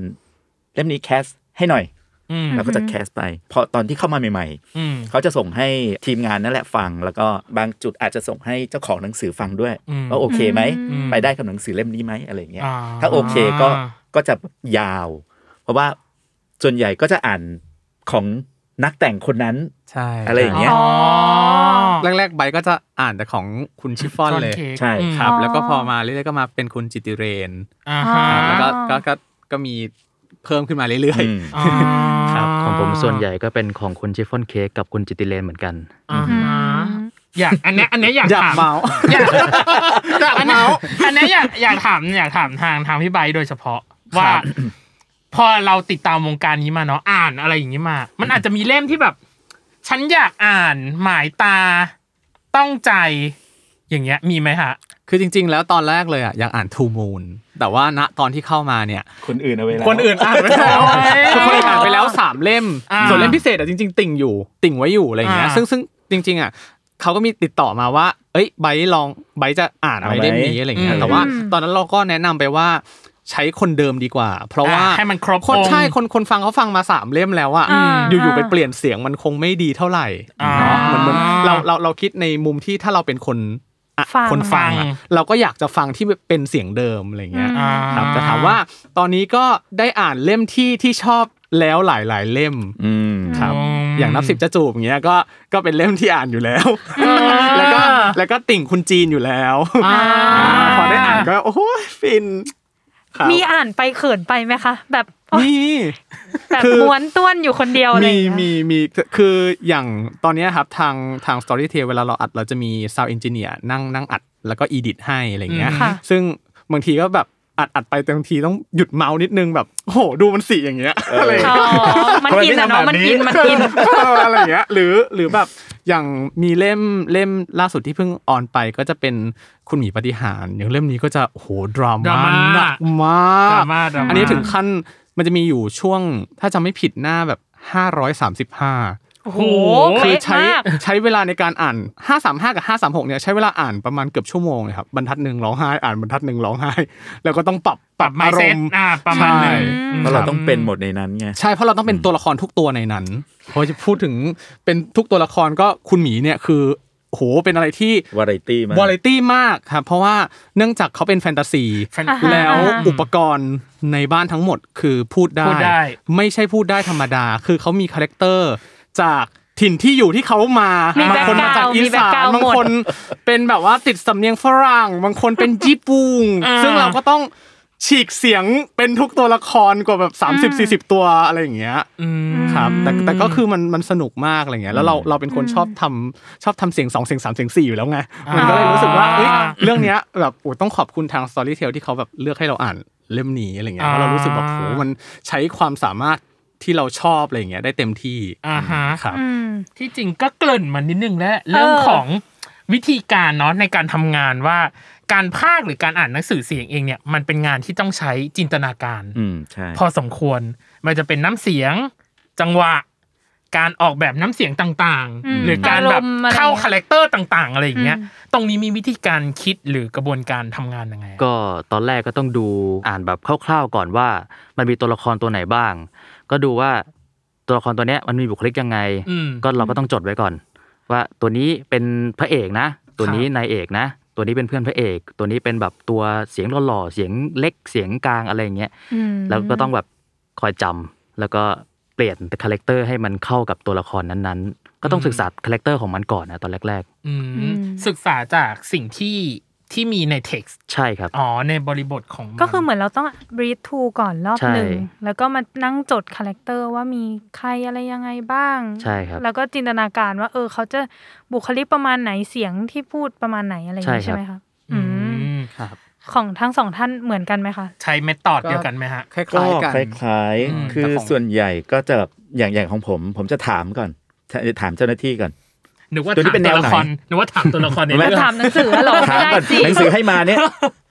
เล่มนี้แคสให้หน่อย
อืม
เราก็จะแคสไปพอตอนที่เข้ามาใหม่
อืม
ๆ เขาจะส่งให้ทีมงานนั่นแหละฟัง แล้วก็บางจุดอาจจะส่งให้เจ้าของหนังสือฟังด้วย
อืม
ว่าโอเคไหม
อืม
ไปได้กับหนังสือเล่มนี้ไหมอะไรอย่างเงี้ย
อ่า
ถ้าโอเคก็ก็จะยาว เพราะว่าส่วนใหญ่ก็จะอ่านของนักแต่งคนนั้น
ใช่
อะไรอย่างเงี้ย
อ๋อ
แรกๆใบก็จะอ่านแต่ของคุณชิฟฟอนเลย
ค้ก
ใช่
อืม
ครับ
อ๋อ
แล้วก็พอมาเรื่อยๆก็มาเป็นคุณจิติเรน
อ่าฮะ
อ่า
แล้วก็ก็ก็ก็มีเพิ่มขึ้นมาเรื่อย
อืม
อ๋อ
ครับของผมส่วนใหญ่ก็เป็นของคุณชิฟฟ่อนเค้กกับคุณจิตติเลนเหมือนกัน
อ่า
อื
ฮะ
ม
อยากอันเนี้ยอันเนี้ยอยาก
อยาก
ถาม
เมา
อยากอยากอันเนี้ยอันเนี้ยอยากอยากถามอยากถามทางทางพี่ใบร์ทโดยเฉพาะว่า
ครับ
พอเราติดตามวงการนี้มาเนาะอ่านอะไรอย่างนี้มา มันอาจจะมีเล่มที่แบบ ฉันอยากอ่านหมายตาต้องใจ อย่างเงี้ย มีไหมฮะ
ๆ คือจริง ๆ แล้วตอนแรกเลยอ่ะอยากอ่านทูมูนแต่ว่าณตอนที่เข้ามาเนี่ย
คนอื่นเอาไว้แล้ว
คนอื่นอ่านไปแล้วคือคนอื่นอ่านไปแล้วสามเล่ม
อ่า
ส่วนเล่มพิเศษอ่ะจริง ๆ ติ่งอยู่ ติ่งไว้อยู่อะไรอย่างเงี้ย
อ่า
ซึ่งซึ่งจริง ๆอ่ะเขาก็มีติดต่อมาว่า เอ้ยไบร์ทลองไบร์ทจะอ่านอะไร
เอาไหม
เล่มนี้อะไรอย่างเงี้ย
อืม
แต่ว่าตอนนั้นเราก็แนะนำไปว่า ใช้คนเดิมดีกว่า เพราะว่า
อ่ะให้มันครบ
คน
องค์
ใช่คนคนฟังเขาฟังมาสามเล่มแล้วอะ
อ่า
อยู่ๆไปเปลี่ยนเสียงมันคงไม่ดีเท่าไหร่
อ่า
เนาะมันมันเราเราเราคิดในมุมที่ถ้าเราเป็นคนอ่ะ
ฟัง
คนฟังอะเราก็อยากจะฟังที่เป็นเสียงเดิมอะไรเงี้ย
อืม
อ่า
ครับแต่ถามว่าตอนนี้ก็ได้อ่านเล่มที่ที่ชอบแล้วหลาย ๆ เล่ม
อืม
ครับ
อืม
อย่างนับสิบจะจูบอย่างเงี้ยก็ก็เป็นเล่มที่อ่านอยู่แล้ว แล้วก็แล้วก็ติ่งคุณจีนอยู่แล้ว
อ่า
พอได้อ่านก็โอ้โหฟินครับ
มีอ่านไปเขินไปไหมคะ แบบโอ๊ย
มี
แบบ
คือ
ม้วนต้วนอยู่คนเดียวอะไรอ
มี
ย่างเงี้ย
มีมีคืออย่างตอนเนี้ยครับทางทาง Storytel เวลาเราอัดเราจะมี Sound Engineer นั่งนั่งอัดแล้วก็ Edit ให้อะไรเงี้ย
อืมค่ะ
ซึ่งบางทีก็แบบอัดอัดไปแต่บางทีต้องหยุดเมาส์นิดนึงแบบโอ้โหดูมันสีอย่างเงี้ ยอะไรอย่างเงี้ย
อ๋อมันกินอะเนาะมันกินมันกิน
เอออะไรอย่างเงี้ยหรือหรือแบบอย่างมีเล่มเล่มล่าสุดที่เพิ่งออนไปก็จะเป็นคุณหมีปฏิหารย์อย่างเล่มนี้ก็จะโอ้โหดรา
ดรา
ม่า
ม่า
หนักม
ดรา
าก
ม่าดราม่า
อันนี้ถึงขั้นมันจะมีอยู่ช่วงถ้าจำไม่ผิดหน้าแบบ 535
โอ้โห
คื
เป๊ะ
ใช้
มาก
ใช้เวลาในการอ่าน 535 กับ 536 เนี่ยใช้เวลาอ่านประมาณเกือบชั่วโมงเลยครับบรรทัดหนึ่งร้องไห้อ่านบรรทัดหนึ่งร้องไห้ แล้วก็ต้องปรับ
ปรับไม
อา
เซ็ต
มณ์
อ่าประมาณหนึง
ใช่
อืม
เพราะเราต้องเป็นหมดในนั้นไง
ใช่ เพราะเราต้องเป็นตัวละครทุกตัวในนั้นเพอจะพูดถึงเป็นทุกตัวละครก็คุณหมีเนี่ยคือโหเป็นอะไรที่
วาไรตี้มาก
วาไรตี้มากครับเพราะว่าเนื่องจากเขาเป็นแฟนตาซี
แฟนตาซี
แล้ว
อ่าฮะ
อุปกรณ์ในบ้านทั้งหมดคือพูดได้
พูดได้
ไม่ใช่พูดได้ธรรมดา คือเขามีคาแรคเตอร์จากถิ่นที่อยู่ที่เขามา
มี
บางคนมาจาก
background
อี
มี
สาน
background
บางคนเป็นแบบว่าติดสำเนียงฝรั่ง บางคนเป็นญี่ปุ่น
อ่า
ซึ่งเราก็ต้องฉีกเสียงเป็นทุกตัวละครกว่าแบบ 30 40 ตัวอะไรอย่างเงี้ย
อืม
ครับแต่แต่ก็คือมันมันสนุกมากอะไรเงี้ยแล้วเราเราเป็นคนชอบทำชอบทำเสียง2เสียง3เสียง4อยู่แล้วไงมันก็เลยรู้สึกว่าเอ้ยเรื่องเนี้ยแบบโอ้ต้องขอบคุณทาง Storytel ที่เขาแบบเลือกให้เราอ่านเล่มนี้อะไรเงี้ยเพราะเรารู้สึกแบบโหมันใช้ความสามารถที่เราชอบอะไรเงี้ยได้เต็มที่
อ่าฮะ
ครับ
อืม
ที่จริงก็เกริ่นมานิดนึงแล้วเรื่องของวิธีการเนาะในการทำงานว่า การพากย์หรือการอ่านหนังสือเสียงเองเนี่ยมันเป็นงานที่ต้องใช้จินตนาการ
อืม ใช่
พอสมควรมันจะเป็นน้ำเสียง จังหวะ การออกแบบน้ำเสียงต่าง
อืม
ๆ หรือการแบบ
อารมณ์อะไร
เข้า
อย่างเงี้ย
คาแรคเตอร์ต่างๆ อะไรอย่างเงี้ย
อืม
ตรงนี้มีวิธีการคิดหรือกระบวนการทำงานยังไงอะ
ก็ตอนแรกก็ต้องดูอ่านแบบคร่าวๆก่อนว่า มันมีตัวละครตัวไหนบ้าง ก็ดูว่าตัวละครตัวเนี้ยมันมีบุคลิกยังไง
อืม
ก็เราก็ต้องจดไว้ก่อน ว่าตัวนี้เป็นพระเอกนะ ตัวนี้
ครับ
นายเอกนะ ตัวนี้เป็นเพื่อนพระเอก ตัวนี้เป็นแบบตัวเสียงหล่อๆเสียงเล็กเสียงกลางอะไรอย่างเงี้ย
อืม
แล้วก็ต้องแบบคอยจำแล้วก็เปลี่ยนคาแรคเตอร์ให้มันเข้ากับตัวละครนั้นๆ ก็ต้องศึกษาคาแรคเตอร์ของมันก่อนนะตอนแรก
อืม
อืม
ศึกษาจากสิ่งที่ที่มีในเท็กซ์
ๆ ใช่ครับ
อ๋อในบริบทของมัน
ก็คือเหมือนเราต้อง breathe to ก่อนรอบ
ใช่
หนึ่ง แล้วก็มานั่งจดคาแรคเตอร์ว่ามีใครอะไรยังไงบ้าง
ใช่ครับ
แล้วก็จินตนาการว่า เออ เขาจะบุคลิกประมาณไหนเสียงที่พูดประมาณไหนอะไรอย่างนี้
ใช่
ใช่
ครับ
ไหมคะ
อื
อืม
ม
ของทั้งสองท่านเหมือนกันไหมคะ
ใช้เมธอดเดียวกันไหมฮะ
คล้ายๆ
ก็
กัน
คล้าย
อืม
ๆ คือ
แต่ของ
ส่วนใหญ่ก็จะแบบอย่างอย่างของผม ผมจะถามก่อน ถามเจ้าหน้าที่ก่อน
หรือว่า
ตัวนี้
ถาม
เป็นแน
ตัว
ว
ละ
ไหน
ครหรือว่าถามตัวละค รใน
ไม่
เรื่อง
ถามหนังสือเหรอ
ถาม
ไม่ได้
ก่อน
สิ
หนังสือให้มาเนี่ย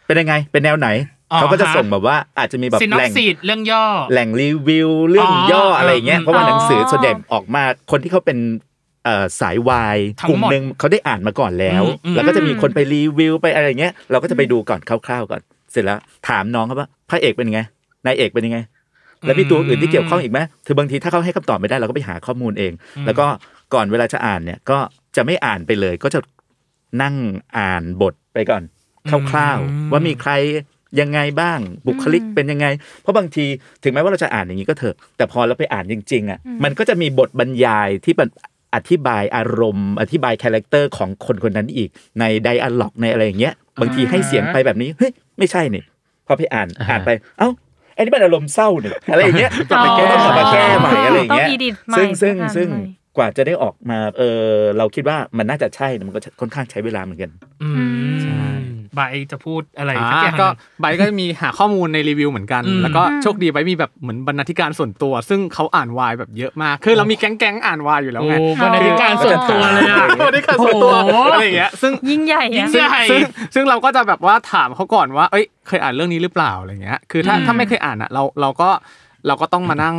เป็นยังไง เป็นแนวไหน
อ๋อ
เขาก็จะ
ฮะ
ส่งแบบว่าอาจจะมีแบบ
ซินอป
แหล่ง
ซีดเรื่องย่อ
แหล่งรีวิวเรื่องย่อ
อออ
อะไรเงี้ย
อืม
เพราะว่าหนังสือส่วนใหญ่
อ๋อ
ออกมาคนที่เขาเป็นเอ่อสายวาย
ทั้ง
กลุ่ม
หมด
หนึ่งเขาได้อ่านมาก่อนแล้ว
อืม
แล้วก็จะมีคนไปรีวิวไปอะไรเงี้ย เราก็จะไปดูก่อนคร่าวๆก่อน เสร็จแล้วถามน้องเขาว่าพระเอกเป็นยังไง นายเอกเป็นยังไง แล้วมีตัวอื่นที่เกี่ยวข้องอีกไหมคือบางทีถ้าเขาให้คำตอบไม่ได้เราก็ไปหาข้อมูลเอง
อืม
แล้วก็ก่อนเวลาจะอ่านเนี่ยก็จะไม่อ่านไปเลย ก็จะนั่งอ่านบทไปก่อนคร่าวๆ ว่ามีใครยังไงบ้าง บุคลิกเป็นยังไง เพราะบางทีถึงแม้ว่าเราจะอ่านอย่างนี้ก็เถอะ แต่พอเราไปอ่านจริงๆอ่ะมันก็จะมีบทบรรยายที่มันอธิบายอารมณ์ อธิบายคาแรคเตอร์ของคนคนนั้นอีกในไดอะล็อกในอะไรอย่างเงี้ยบางทีให้เสียงไปแบบนี้เฮ้ยไม่ใช่นี่พอไปอ่านอ่านไปเอ้าไอ้นี่มันอารมณ์เศร้า เนี่ยอะไรอย่างเงี้ย กลับไปแก้
อ๋อ
ต้องกลับมาแก้ใหม่อะไรอย่างเงี้ย
ต้อง edit ใหม่
ซึ่งซึ่ง
อ่า
ซึ่ง
ใหม่
กว่าจะได้ออกมาเออเราคิดว่ามันน่าจะใช่นะมันก็ค่อนข้างใช้เวลาเหมือนกัน
อืม
ใช่
บายจะพูดอะไร
อ่า
สักอย่างห
ก็
นึ่ง
ไบร์ทก็มีหาข้อมูลในรีวิวเหมือนกัน
อืม
แล้วก็โชคดีไบร์ทมีแบบเหมือนบรรณาธิการส่วนตัว ซึ่งเขาอ่านวายแบบเยอะมาก คือเรามีแก๊งแก๊งๆอ่านวายอยู่แล้วไง
โอ้บรรณาธิการส่วนตัวเลยอะ
บรรณาธิการส่วนตัวอะไรอย่างเงี้ยซึ่ง
ยิ่งใหญ่
ยิ่
อะ
งใหญ่
ซึ่งซึ่งเราก็จะแบบว่าถามเขาก่อนว่า เอ้ย เคยอ่านเรื่องนี้หรือเปล่าอะไรเงี้ย คือถ้า
อืม
ถ้าไม่เคยอ่านอ่ะ เราเราก็เราก็ต้องมานั่ง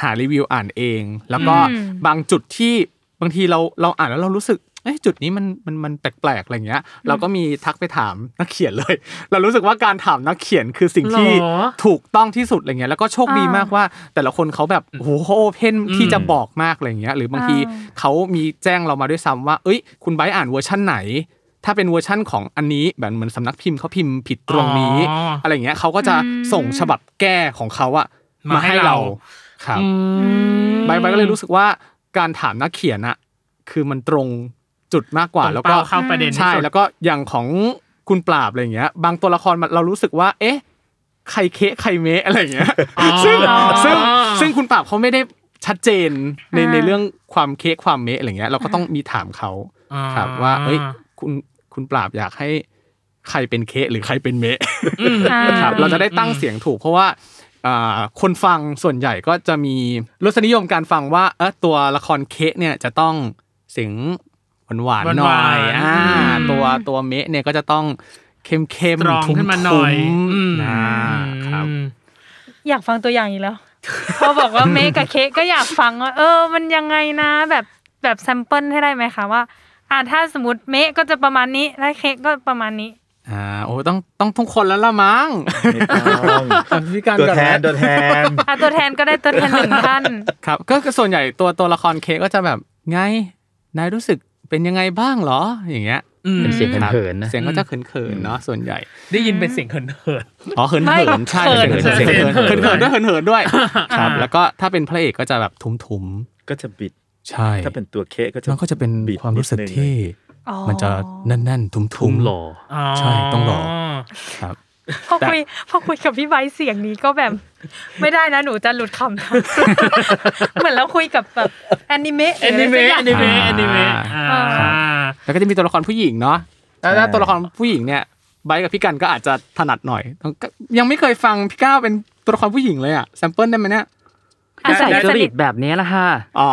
หารีวิวอ่านเอง แล้วก็
อืม
บางจุดที่บางทีเราเราอ่านแล้วเรารู้สึก เอ้ยจุดนี้มันมันมันแปลกๆอะไรเงี้ย เราก็มีทักไปถามนักเขียนเลย เรารู้สึกว่าการถามนักเขียนคือสิ่งที่
หรอ
ถูกต้องที่สุดอะไรเงี้ยแล้วก็โชคดี
อ่าม
มากว่า แต่ละคนเขาแบบโอ้โหโอเพนที่จะบอกมากอะไรเงี้ย หรือบางที
อ่า
เขามีแจ้งเรามาด้วยซ้ำว่า เอ้ย คุณไบร์ทอ่านเวอร์ชั่นไหน ถ้าเป็นเวอร์ชั่นของอันนี้แบบเหมือนสำนักพิมพ์เขาพิมพ์ผิดตรงนี้
อ๋ออ
อะไรเงี้ยเขาก็จะ
อืม
ส่งฉบับแก้ของเขาอะ
มา
มา
ให้
ให้
เรา
เราครับ
อืม
ใบใบก็เลยรู้สึกว่าการถามนักเขียนอะคือมันตรงจุดมากกว่า
ตรง
แล้วก็
เป้าเข้าประเด็นที่สุด
ใช่แล้วก็อย่างของคุณปราบอะไรอย่างเงี้ย บางตัวละครมันเรารู้สึกว่า เอ๊ะ ใครเคะใครเมะอะไรอย่างเงี้ย
อ๋อ
ซึ่งซึ่งซึ่งคุณปราบเขาไม่ได้ชัดเจนใน
อ่า
ในเรื่องความเคะความเมะอะไรเงี้ยเราก็ต้องมีถามเขา
อ่า
ครับว่าเอ้ยคุณคุณปราบอยากให้ใครเป็นเคะหรือใครเป็นเมะ
อ่า
ครับเราจะได้ตั้งเสียงถูกเพราะว่าอ่าคนฟังส่วนใหญ่ก็จะมีรสนิยมการฟังว่าเออตัวละครเคะเนี่ยจะต้องเสียงหวานๆห
ห
น่อ
วาน
ย
ๆ
อ่า
อืม
ตัวตัวเมะเนี่ยก็จะต้องเข้มๆ
สตรอง
ทุ้ม
ขึ้นมาหน่อยอืม
ๆอ่าครับ
อยากฟังตัวอย่างอีกแล้ว เขาบอกว่าเมกะเค้กก็อยากฟังว่าเออ มันยังไงนะ แบบแบบแซมเปิลให้ได้ไหมคะว่า อ่าถ้าสมมติเมะก็จะประมาณนี้และเค้กก็ประมาณนี้
อ่าโอ้ต้องต้องทุกคนแล้วละมั้ง
ไม่ ต้อง
พี่การ
ตัว
ก่อน
แทน
นะ
ตัวแทน
อ่ะตัวแทนก็ได้ตัวแทนหนึ่งท่าน
ครับก็ก็ส่วนใหญ่ตัวตัวละครเคก็จะแบบไงนายรู้สึกเป็นยังไงบ้างเหรออย่างเงี้ย
อืม
เป็นเสียงเขินๆนะ
เสียงก็จะเขินๆเนาะส่วนใหญ่
ได้ยินเป็นเสียงเขิน
อ๋อเขิน
ไม่
เขินใช่
เขิ
เขิ
น
น
เขิ
เขิ
นเขิ
นเขิ
น
น
เขิน
เขินด้วยเขินเขินด้วยครับ แล้วก็ถ้าเป็นพระเอกก็จะแบบทุ้มๆ
ก็จะบิด
ใช่
ถ้าเป็นตัวเค้กก็จะ
มันก็จะเป็น
บิด
ความรู้สึก
นิดนึง
ที่
อ๋อ
มันจะแน่นๆทุ้มๆ
ทุ่มหล่อ
ๆอ๋อ
ใช่ต้องรอ ครับ
พอคุยพอคุยกับพี่ไบร์ทเสียงนี้ก็แบบ ไม่ได้นะหนูจะหลุดคำนะ เหมือนเราคุยกับแบบแอนิเมะห
แอ
รืออะไร
นิ
สัก
เมะ
อย่า
แอง นิเมะแอนิเมะอ่า
แล้วก็จะมีตัวละครผู้หญิงเนาะแล้วถ้า
ใช่
ตัวละครผู้หญิงเนี่ยไบร์ทกับพี่กันก็อาจจะถนัดหน่อยก็ยังไม่เคยฟังพี่ก้าวเป็นตัวละครผู้หญิงเลยอะแซมเปิลได้ไหมเนี่ย
อ่ะ
ใส่
ได้
จริตแบบนี้ละฮะ
อ๋อ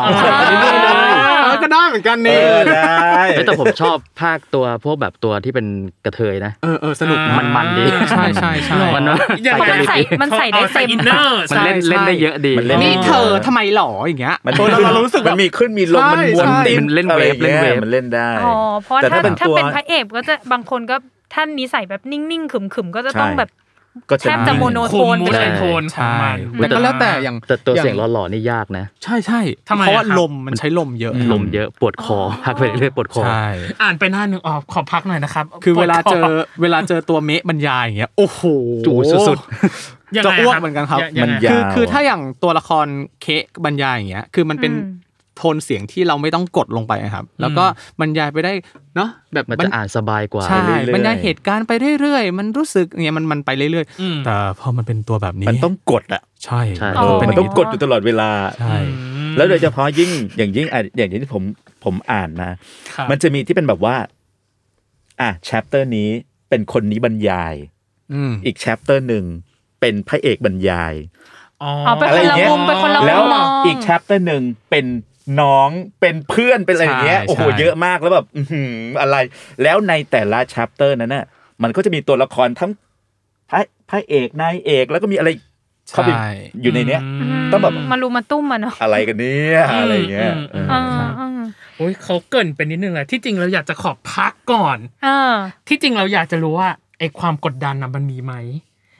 เออก็ได้เหมือนกัน
เอ
นี่
อได้
เอ้ยแต่ผมชอบภาคตัวพวกแบบตัวที่เป็นกระเทยนะ
เออเออสนุกนะ
มันมันๆดี
ใช่ใช่ใช่
หรอ
มันว่า
อย่าง
เพราะ
จ
มัน
ริต
ใส่
ดี
มันใส่ได้
อ๋อ
เต็ม
อินเนอร์
มันเล่นเล่นได้เยอะดี
มันเล่น
นี่เธอทำไมหล่ออย่างเงี้ย
มัน
ตัวเราเรารู้สึก
มั
ว่า
นมีขึ้นมีลงมันวน
ใช่
ติ้น
มันเล่นเวฟ
อะไรอย่างงี้ย
เล่นเวฟ
มันเล่นได้
อ๋อเพราะ
แต่
ถ้า
ถ้าเป็น
ถ้า
ตัว
เป็นพระเอกก็จะบางคนก็ท่านนี้ใส่แบบนิ่งๆขึมๆก็จะต้อง
ใช่
แบบ
ก็
แทบจะโมโน
คุมมูชันโทนของ
ใช่
มัน
แต่ก็แล้วแต่อย่าง
แต่ตัว
อา
เสียงหล่อๆนี่ยากนะ
ใช่ใช่
ทำไมอะ
เพราะว่า
ครับ
ลมมันใช้ลมเยอะ
ลมเยอะปวดคอพักไปเรื่อยๆปวดคอ
ใช่
อ่านไปหน้าหนึ่งออกขอพักหน่อยนะครับ
คือเวลาเจอ
ปวดค
เวลาเจอตัวเมะบรรยายอย่างเงี้ยโอ้โห
จู๋สุด
ยัง
จะ
ไง
อ้วกเหมือนกันครับ
ยังไง
ยาว
คือคือถ้าอย่างตัวละครเคะบรรยายอย่างเงี้ยคือมันเป็น
อืม
โทนเสียงที่เราไม่ต้องกดลงไปอะครับ แล้วก็บรรยายไปได้เนาะแบบ
มัน
บรร
จะอ่านสบายกว่า
ใช่
ไปเรื่อยๆ
บรรยายเหตุการณ์ไปเรื่อยๆ มันรู้สึกเนี่ยมันมันไปเรื่อย
อืม
ๆแต่พอมันเป็นตัวแบบนี้
มันต้องกดอ่ะ
ใช่
ใช่
เออ
มั
เป็น
มัน
ย่า
ต้อง ง
นี้
กดอยู่ตลอดเวลา
ใช่
แล้วโดยเฉพาะยิ่งอย่างยิ่งอ่ะอย่างที่ผมผมอ่านมา
ครับ
มันจะมีที่เป็นแบบว่า อ่ะแชปเตอร์นี้เป็นคนนี้บรรยาย
อืม
อีกแชปเตอร์หนึ่งเป็นพระเอกบรรยาย
อ๋อ
เอาไปคนละมุมไปคนละมุม
แล้ว
มอง
อีกแชปเตอร์หนึ่งเป็นน้องเป็นเพื่อนเป็นอะไรอย่างเงี้ย
ใช่
โอ้โห
ใช่
เยอะมากแล้วแบบอื้อหืออะไร แล้วในแต่ละแชปเตอร์นั้นน่ะมันก็จะมีตัวละครทั้งพระพระเอกนายเอกแล้วก็มีอะไรเข้าไป
ใช่
อยู่ในเนี้ย
อืม
ต้องแบบ
มารุมมาตุ้มมาเนาะ
อะไรกันเนี่ยอะไรอย่างเงี้ย
อืม
เอ
เอ
อ
อเออ
โอ้ยเขาเกรินเป็นนิดนึงแหละที่จริงเราอยากจะขอพักก่อน
เออ
ที่จริงเราอยากจะรู้ว่าไอ้ความกดดันน่ะมันมีไหม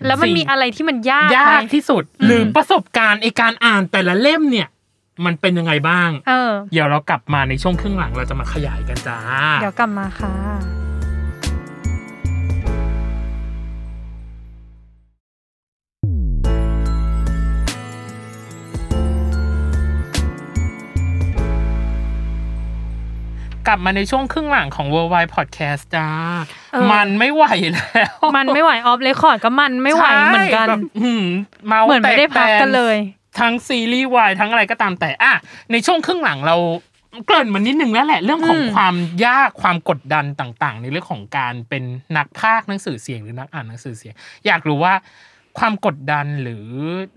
แล้วมัน
สิ่ง
มีอะไรที่มันยาก
ยา
ไหม
กที่สุด หรือประสบการณ์ไอ้การอ่านแต่ละเล่มเนี่ย มันเป็นยังไงบ้าง
เออ
เดี๋ยวเรากลับมาในช่วงครึ่งหลังเราจะมาขยายกันจ้า
เดี๋ยวกลับมาค่ะ
กลับมาในช่วงครึ่งหลังของ Worldwide Podcast จ้า
เออ
มันไม่ไหวแล้ว
มันไม่ไหวออฟเลคคอร์ดก็มันไม่ไหวเหมือนกัน
ใช่แบบอื้อหือเมา
เหมือนไม่ได้พักกันเลย
ทั้งซีรีส์วายทั้งอะไรก็ตามแต่อ่ะในช่วงครึ่งหลังเราเกริ่นมันนิดนึงแล้วแหละ เรื่องของ
อืม
ความยากความกดดันต่าง ๆ ในเรื่องของการเป็นนักพากย์หนังสือเสียงหรือนักอ่านหนังสือเสียง อยากรู้ว่าความกดดันหรือ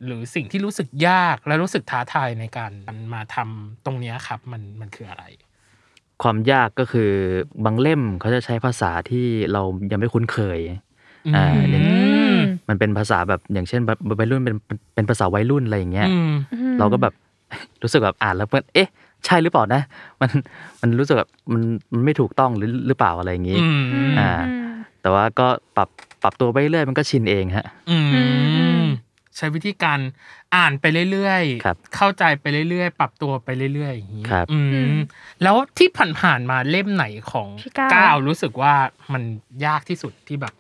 หรือสิ่งที่รู้สึกยากและรู้สึกท้าทายในการมาทำตรงเนี้ยครับ มันมันคืออะไร
ความยากก็คือบางเล่มเขาจะใช้ภาษาที่เรายังไม่คุ้นเคย อ่า
อื
เดี๋ยว
ม
นี้
อืม
มันเป็นภาษาแบบอย่างเช่นแบบวัยรุ่นเป็นเป็นภาษาวัยรุ่นอะไรอย่างเงี้ย
อืม
เราก็แบบ รู้สึกแบบอ่านแล้วเพื่อนเอ๊ะ ใช่หรือเปล่านะ มันมันรู้สึกแบบมันมันไม่ถูกต้องหรือหรือเปล่าอะไรอย่างนี้
อืม
อ่า แต่ว่าก็ปรับปรับตัวไปเรื่อยมันก็ชินเองฮะ
อื
อื
ม
ม
ใช้วิธีการอ่านไปเรื่อย
ครับ
ๆ เข้าใจไปเรื่อยๆ ปรับตัวไปเรื่อยๆอย่างนี้
ครับ
อืมแล้วที่ผ่านๆมาเล่มไหนของ
พี่ก้าว
ก้าวรู้สึกว่ามันยากที่สุดที่แบบ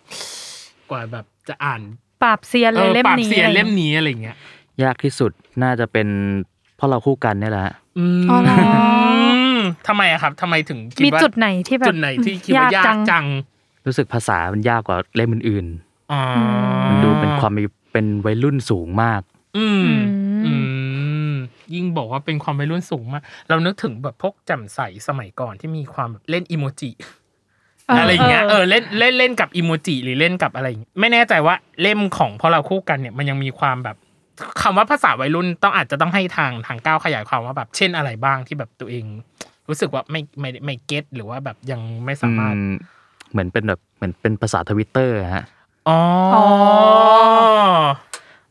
กว่าแบบจะอ่าน
ปราบเซียนเลยเล่ม
ปราบ
นี้
เสียนเล่ม
อะไรอ
นี้อะไรอ
ย่างงี้
ย่างเงี้ย
ยากที่สุดน่าจะเป็นเพราะเราคู่กันเนี่ยแหละฮะ
อืม
อ๋อเหรอ
มทำไมอะครับทำไมถึงคิด
มี
ว่า
จุดไหนที่แบบ
จุดไหนที่คิดว่ายากจัง
รู้สึกภาษามันยากกว่าเล่มอื่น
อ๋อ
ๆ มันดูเป็นความมีเป็นวัยรุ่นสูงมาก
อืม
อืม
อืมยิ่งบอกว่าเป็นความวัยรุ่นสูงมาก เรานึกถึงแบบพวกแจ่มใสสมัยก่อนที่มีความแบบเล่นอีโมจิ
เอออ
อะไรอย่างเงี้ย
เออ
เออเล่นเล่นเล่นกับอีโมจิหรือเล่นกับอะไรอย่างเงี้ยไม่แน่ใจว่าเล่มของพอเราคู่กันเนี่ยมันยังมีความแบบคำว่าภาษาวัยรุ่นต้องอาจจะต้องให้ทางทางก้าวขยายความว่าแบบเช่นอะไรบ้างที่แบบตัวเอง รู้สึกว่าไม่ไม่ไม่เก็ตหรือว่าแบบยังไม่สามารถ
อืมเหมือนเป็นแบบเหมือนเป็นภาษาทวิตเตอร์ฮะ
อ๋อ
อ๋อ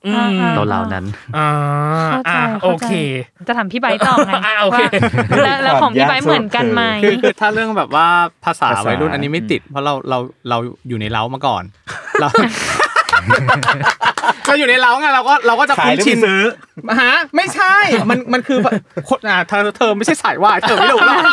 อืม
อ่า
เราเหล่านั้น
อ่า
เข้าใจ
อ่าโอ
เข้าใจ
เค
จะถามพี่ไบร์ทต่อไง
อ่ะโอเค
ว่าแล้วแล้วของพี่ไบร์ทเหมือนกันไหม
คือคือถ้าเรื่องแบบว่าภาษา
ภาษา
วัยรุ่นอันนี้ไม่ติด เพราะเราเราเราอยู่ในเล้ามาก่อนเรา เราอยู่ในเล้าไงเราก็เราก็จะ
ขายห
คุ้น
รือ
ชิน
ซื้อ
ฮะไม่ใช่ มันมันคือคนอ่ะเธอเธอไม่ใช่สายวายเธอไม่รู้หรอก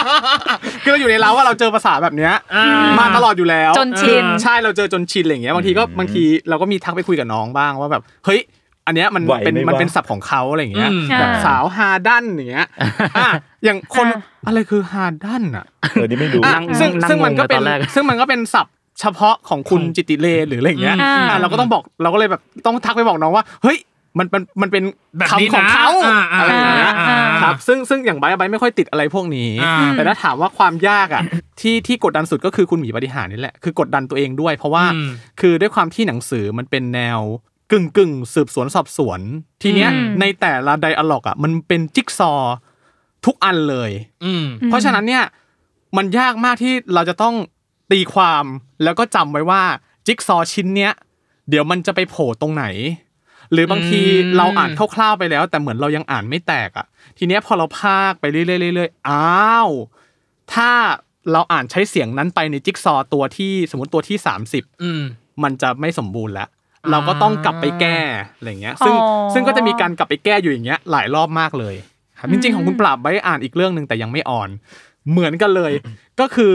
คือเราอยู่ในเล้าว่าเราเจอภาษาแบบเนี้ย
อ่า
มาตลอดอยู่แล้ว
จนชิน
ใช่เราเจอจนชินอะไรอย่างเงี้ยบางทีก็บางทีเราก็มีทักไปคุยกับน้องบ้างว่าแบบเฮ้ย อันเนี้ยมัน
ไหวไหม
เป็นมัน
วะ
เป็นศัพท์ของเขาอะไรอย่างเงี้ย
อืม
อ่า
สาวฮาดันอย่างเงี้ยอ่ะอย่างคน
อ่า
อะไรคือฮาดันอ่ะ
เออนี่ไม่รู้
อ่ะซึ่ง
นั่ง
ซึ่งมัน
งง
ก็เป็น
เลยตอนแรก
ซึ่งมันก็เป็นศัพท์เฉพาะของคุณจิตติเลหรืออะไรอย่างเงี้ย
อืม
อ่ะเราก็ต้องบอกเราก็เลยแบบต้องทักไปบอกน้องว่า เฮ้ยมันมันมันเป็น
แบบนี้
คำ
นะ
ของเขา
อ่าอ่า
อะไรอย่างเงี้ย
อ่าอ่า
ครับซึ่งซึ่งอย่างไบร์ทไบร์ทไม่ค่อยติดอะไรพวกนี้
อ่า
แต่ถ้าถามว่าความยากอ่ะ ที่ที่กดดันสุดก็คือคุณหมีปฏิหารนี่แหละคือกดดันตัวเองด้วย เพราะว่า
อืม
คือด้วยความที่หนังสือมันเป็นแนวกึ่งกึ่งสืบสวนสอบสวน ทีเนี้ย
อืม
ในแต่ละไดอะล็อกอ่ะมันเป็นจิ๊กซอว์ทุกอันเลย
อืม
อืม
เพราะฉะนั้นเนี่ยมันยากมากที่เราจะต้องตีความแล้วก็จำไว้ว่าจิ๊กซอว์ชิ้นเนี้ยเดี๋ยวมันจะไปโผล่ตรงไหน หรือบางที
อืม
เราอ่านคร่าวๆไปแล้ว แต่เหมือนเรายังอ่านไม่แตกอ่ะ ทีเนี้ยพอเราพากไปเรื่อยๆเรื่อยๆอ้าว ถ้าเราอ่านใช้เสียงนั้นไปในจิ๊กซอว์ตัวที่สมมติตัวที่ 30
อืม
มันจะไม่สมบูรณ์แล้ว เราก็ต้องกลับไปแก้อะไรอย่างเงี้ย ซึ่ง
อ๋อ
ซึ่งก็จะมีการกลับไปแก้อยู่อย่างเงี้ยหลายรอบมากเลยครับจริงๆของคุณปราบไว้อ่านอีกเรื่องหนึ่งแต่ยังไม่อ่อน เหมือนกันเลย ก็คือ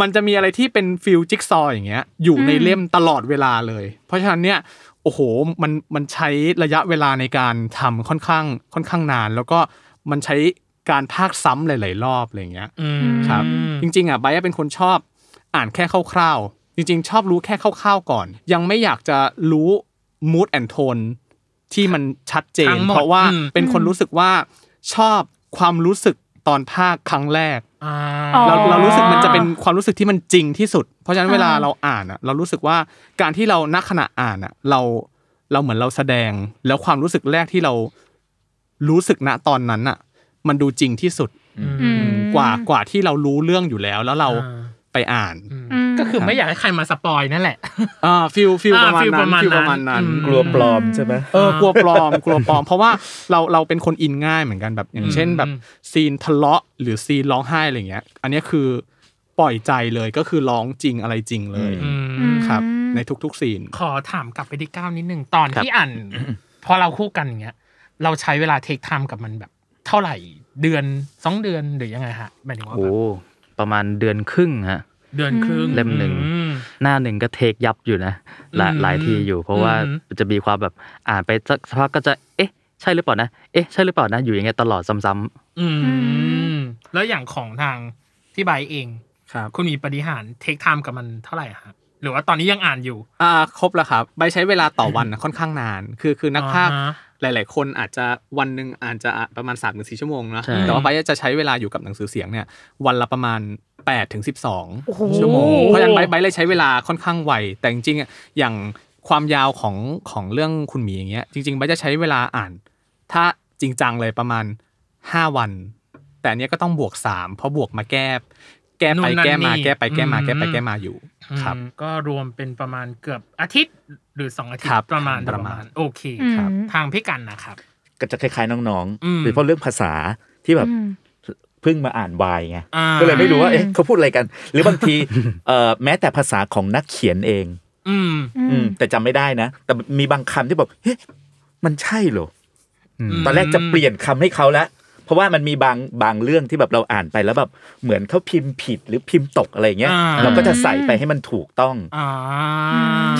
มันจะมีอะไรที่เป็นฟิลจิ๊กซอว์อย่างเงี้ยอยู่ใน
อืม
เล่มตลอดเวลาเลย เพราะฉะนั้นเนี่ยโอ้โหมันมันใช้ระยะเวลาในการทำค่อนข้างค่อนข้างนาน แล้วก็มันใช้การพากซ้ำหลาย ๆ รอบอะไรอย่างเงี้ย
อืม
ครับ
อืม
จริงๆอ่ะไบร์ทเป็นคนชอบอ่านแค่คร่าวๆจริง ๆ ชอบรู้แค่คร่าวๆก่อน ยังไม่อยากจะรู้ mood and tone ที่มันชัดเจ
ทั้
น
งหมด
เพราะว่า
อืม
เป็นคนรู้สึกว่าชอบความรู้สึกตอนภาคครั้งแรก
อ่า
อ๋อ
เราเรารู้สึกมันจะเป็นความรู้สึกที่มันจริงที่สุด เพราะฉะนั้น
อ่า
เวลาเราอ่านอ่ะ เรารู้สึกว่าการที่เราณขณะอ่านอ่ะ เราเราเหมือนเราแสดง แล้วความรู้สึกแรกที่เรารู้สึกณตอนนั้นอ่ะ มันดูจริงที่สุด
อืม
กว่ากว่าที่เรารู้เรื่องอยู่แล้วแล้วเรา
อ่า
ไปอ่าน
อืม
ก็คือไม่อยากให้ใครมาสปอยนั่นแหละ
อ่าฟิลฟิล
อ่า
ประมา
feel ประมา
ณนั้น
ณ
ฟิลประมาณ
นั้
นั้น น
กลัวปลอมใช่ไหม
เออกลัวปลอม กลัวปลอม เพราะว่าเราเราเป็นคนอินง่ายเหมือนกันแบบอย่างเช่น แบบซีนทะเลาะหรือซีนร้องไห้อะไรอย่างเงี้ย อันเนี้ยคือปล่อยใจเลยก็คือร้องจริงอะไรจริงเลย
อื
อืม
ครับ
อืม
ในทุกๆซีน
ขอถามกลับไปที่ก้าวนิดนึง ตอนที่อ่าน พอเราคู่กันอย่างเงี้ย เราใช้เวลาเทคไทม์กับมันแบบ เท่าไหร่เดือนสองเดือนหรือยังไงฮะหมายถึงว่า
โอ้
แบบ
ประมาณเดือนครึ่งฮะ
เดือนครึ่ง
เล่มหนึ่ง
อืม
หน้าหนึ่งก็เทคยับอยู่นะหลาย
อืม
หลายทีอยู่ เพราะว่า
อืม
จะมีความแบบอ่านไปสักพักก็จะเอ๊ะ ใช่หรือเปล่านะเอ๊ะใช่หรือเปล่านะอยู่อย่างเงี้ยตลอดซ้ำ
อื
อื
ม แล้วอย่างของทางที่ไบร์ทเอง
ครับ
คุณมีปฏิหารเทคไทม์กับมันเท่าไหร่ฮะหรือว่าตอนนี้ยังอ่านอยู่
อ่าครบแล้วครับใบใช้เวลาต่อวันน่ะ ค่อนข้างนาน คือคือนักพากย์
อ่าฮะ
หลาย ๆ คนอาจจะวันหนึ่งอาจจะอ่ะประมาณ3ามถึงสชั่วโมงนะ
ใช่
แต่ว่าใบจะใช้เวลาอยู่กับหนังสือเสียงเนี่ยวันละประมาณ8ปดถึงสิชั่วโมง เพราะฉะนั้นใบใบเลยใช้เวลาค่อนข้างไวแต่จริงๆอ่ะอย่างความยาวของของเรื่องคุณหมีอย่างเงี้ยจริง ๆ ใบจะใช้เวลาอ่าน ถ้าจริงจังเลยประมาณ 5 วัน แต่อันเนี้ยก็ต้องบวก 3 เพราะบวกมาแก้แก้ไปแก้มาแก้ไปแก้มาแก้ไปแก้มาอยู่ครับ
อืมก็รวมเป็นประมาณเกือบอาทิตย์หรือสองอาทิต
ครับ
ย์ประมาณ
ประมาณ
โอเค
อืม
ทางพี่กันนะครับ
ก็จะคล้ายๆน้อง
อืม
ๆโดยเฉพาะเรื่องภาษา ที่แบบ
อืม
เพิ่งมาอ่านวายไง
อ่า
ก็เลยไม่รู้ว่า
อืม
เอ๊ะเขาพูดอะไรกัน หรือบางทีเอ่อแม้แต่ภาษาของนักเขียนเอง
อืม
อืมแต่จำไม่ได้นะ แต่มีบางคำที่แบบเฮ้ยมันใช่เหรออ
ม
ตอนแรกจะเปลี่ยนคำให้เขาแล้วเพราะว่ามันมีบางบางเรื่องที่แบบเราอ่านไปแล้วแบบเหมือนเขาพิมพ์ผิดหรือพิมพ์ตกอะไรอย่างเงี้ย
อ่า
เราก็จะใส่ไปให้มันถูกต้อง
อ่า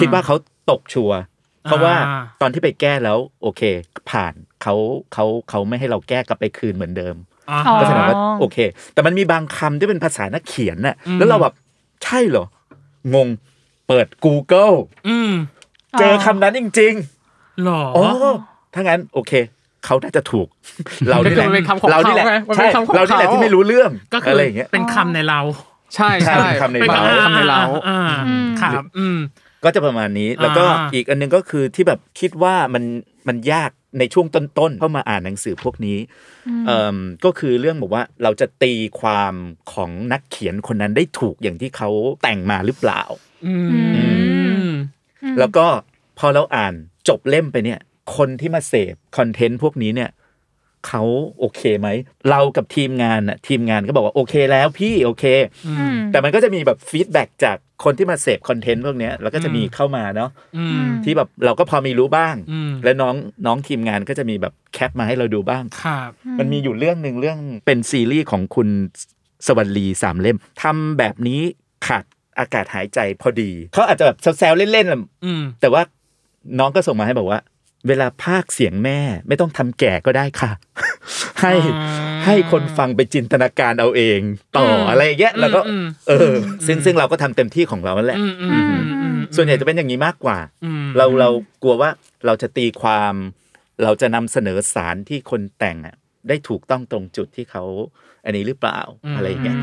คิดว่าเขาตกชัวร์เพราะว่า
อ่า
ตอนที่ไปแก้แล้วโอเค ผ่านเขาเขาเขาไม่ให้เราแก้กลับไปคืนเหมือนเดิม
อ่า
อ๋อ
ก็แสดงว่าโอเค แต่มันมีบางคำที่เป็นภาษานักเขียนน่ะ
อืม
แล้วเราแบบใช่เหรองงเปิด Google
อืม
เจอคำนั้นจริง
หรอ
ๆอ๋อถ้างั้นโอเค เขาน่าจะถูก เรานี่แหละ
มันเป็นคำของ
เรานี่แหละ
เขาไงมันเป็
ใช่
นคำของ
เรานี่แหละ
เขา
ที่ไม่รู้เรื่อง
ก็คื
อะ
อ
ไรอย่างเงี้ย
เป็นคำในเรา
ใช่
ใช่
ใช่
เป็นคำใน
เป็น
เรา
คำในเรา
อ่
อืม
ครับอืม
ก็จะประมาณนี้แล้วก็
อ่า
อีกอันหนึงก็คือที่แบบคิดว่ามันมันยากในช่วงต้นๆเข้ามาอ่านหนังสือพวกนี้เอิ่มก็คือเรื่องบอกว่าเราจะตีความของนักเขียนคนนั้นได้ถูกอย่างที่เขาแต่งมาหรือเปล่า
อืม
แล้วก็พอเราอ่านจบเล่มไปเนี่ย คนที่มาเสพคอนเทนต์พวกนี้เนี่ยเขาโอเคไหม เรากับทีมงานน่ะทีมงานก็บอกว่าโอเคแล้วพี่โอเค แต่มันก็จะมีแบบฟีดแบ็กจากคนที่มาเสพคอนเทนต์พวกเนี้ยแล้วก็จะมี
อืม
เข้ามาเนาะ
อืม
ที่แบบเราก็พอมีรู้บ้าง
อืม
และน้องน้องทีมงานก็จะมีแบบแคปมาให้เราดูบ้าง
ครับ
มันมีอยู่เรื่องหนึ่งเรื่องเป็นซีรีส์ของคุณสวัสดีสามเล่มทำแบบนี้ขาดอากาศหายใจพอดีเขาอาจจะแบบแซวๆเล่นๆแหละ
อืม
แต่ว่าน้องก็ส่งมาให้บอกว่า เวลาภาคเสียงแม่ไม่ต้องทำแก่ก็ได้ค่ะ ให้
อ่า
ให้คนฟังไปจินตนาการเอาเองต่ออ
ม
อะไรอย่างเงี้ยแล้วก็
อืมอืม
เออ ซึ่งซึ่งเราก็ทำเต็มที่ของเรานั่นแหละ
อืมอืมอืมอืม
ส่วนใหญ่จะเป็นอย่างนี้มากกว่า
อืม
เราเรากลัวว่าเราจะตีความ เราจะนำเสนอสารที่คนแต่งอะได้ถูกต้องตรงจุดที่เขาอันนี้หรือเปล่า
อืม
อะไรอย่างเงี้ย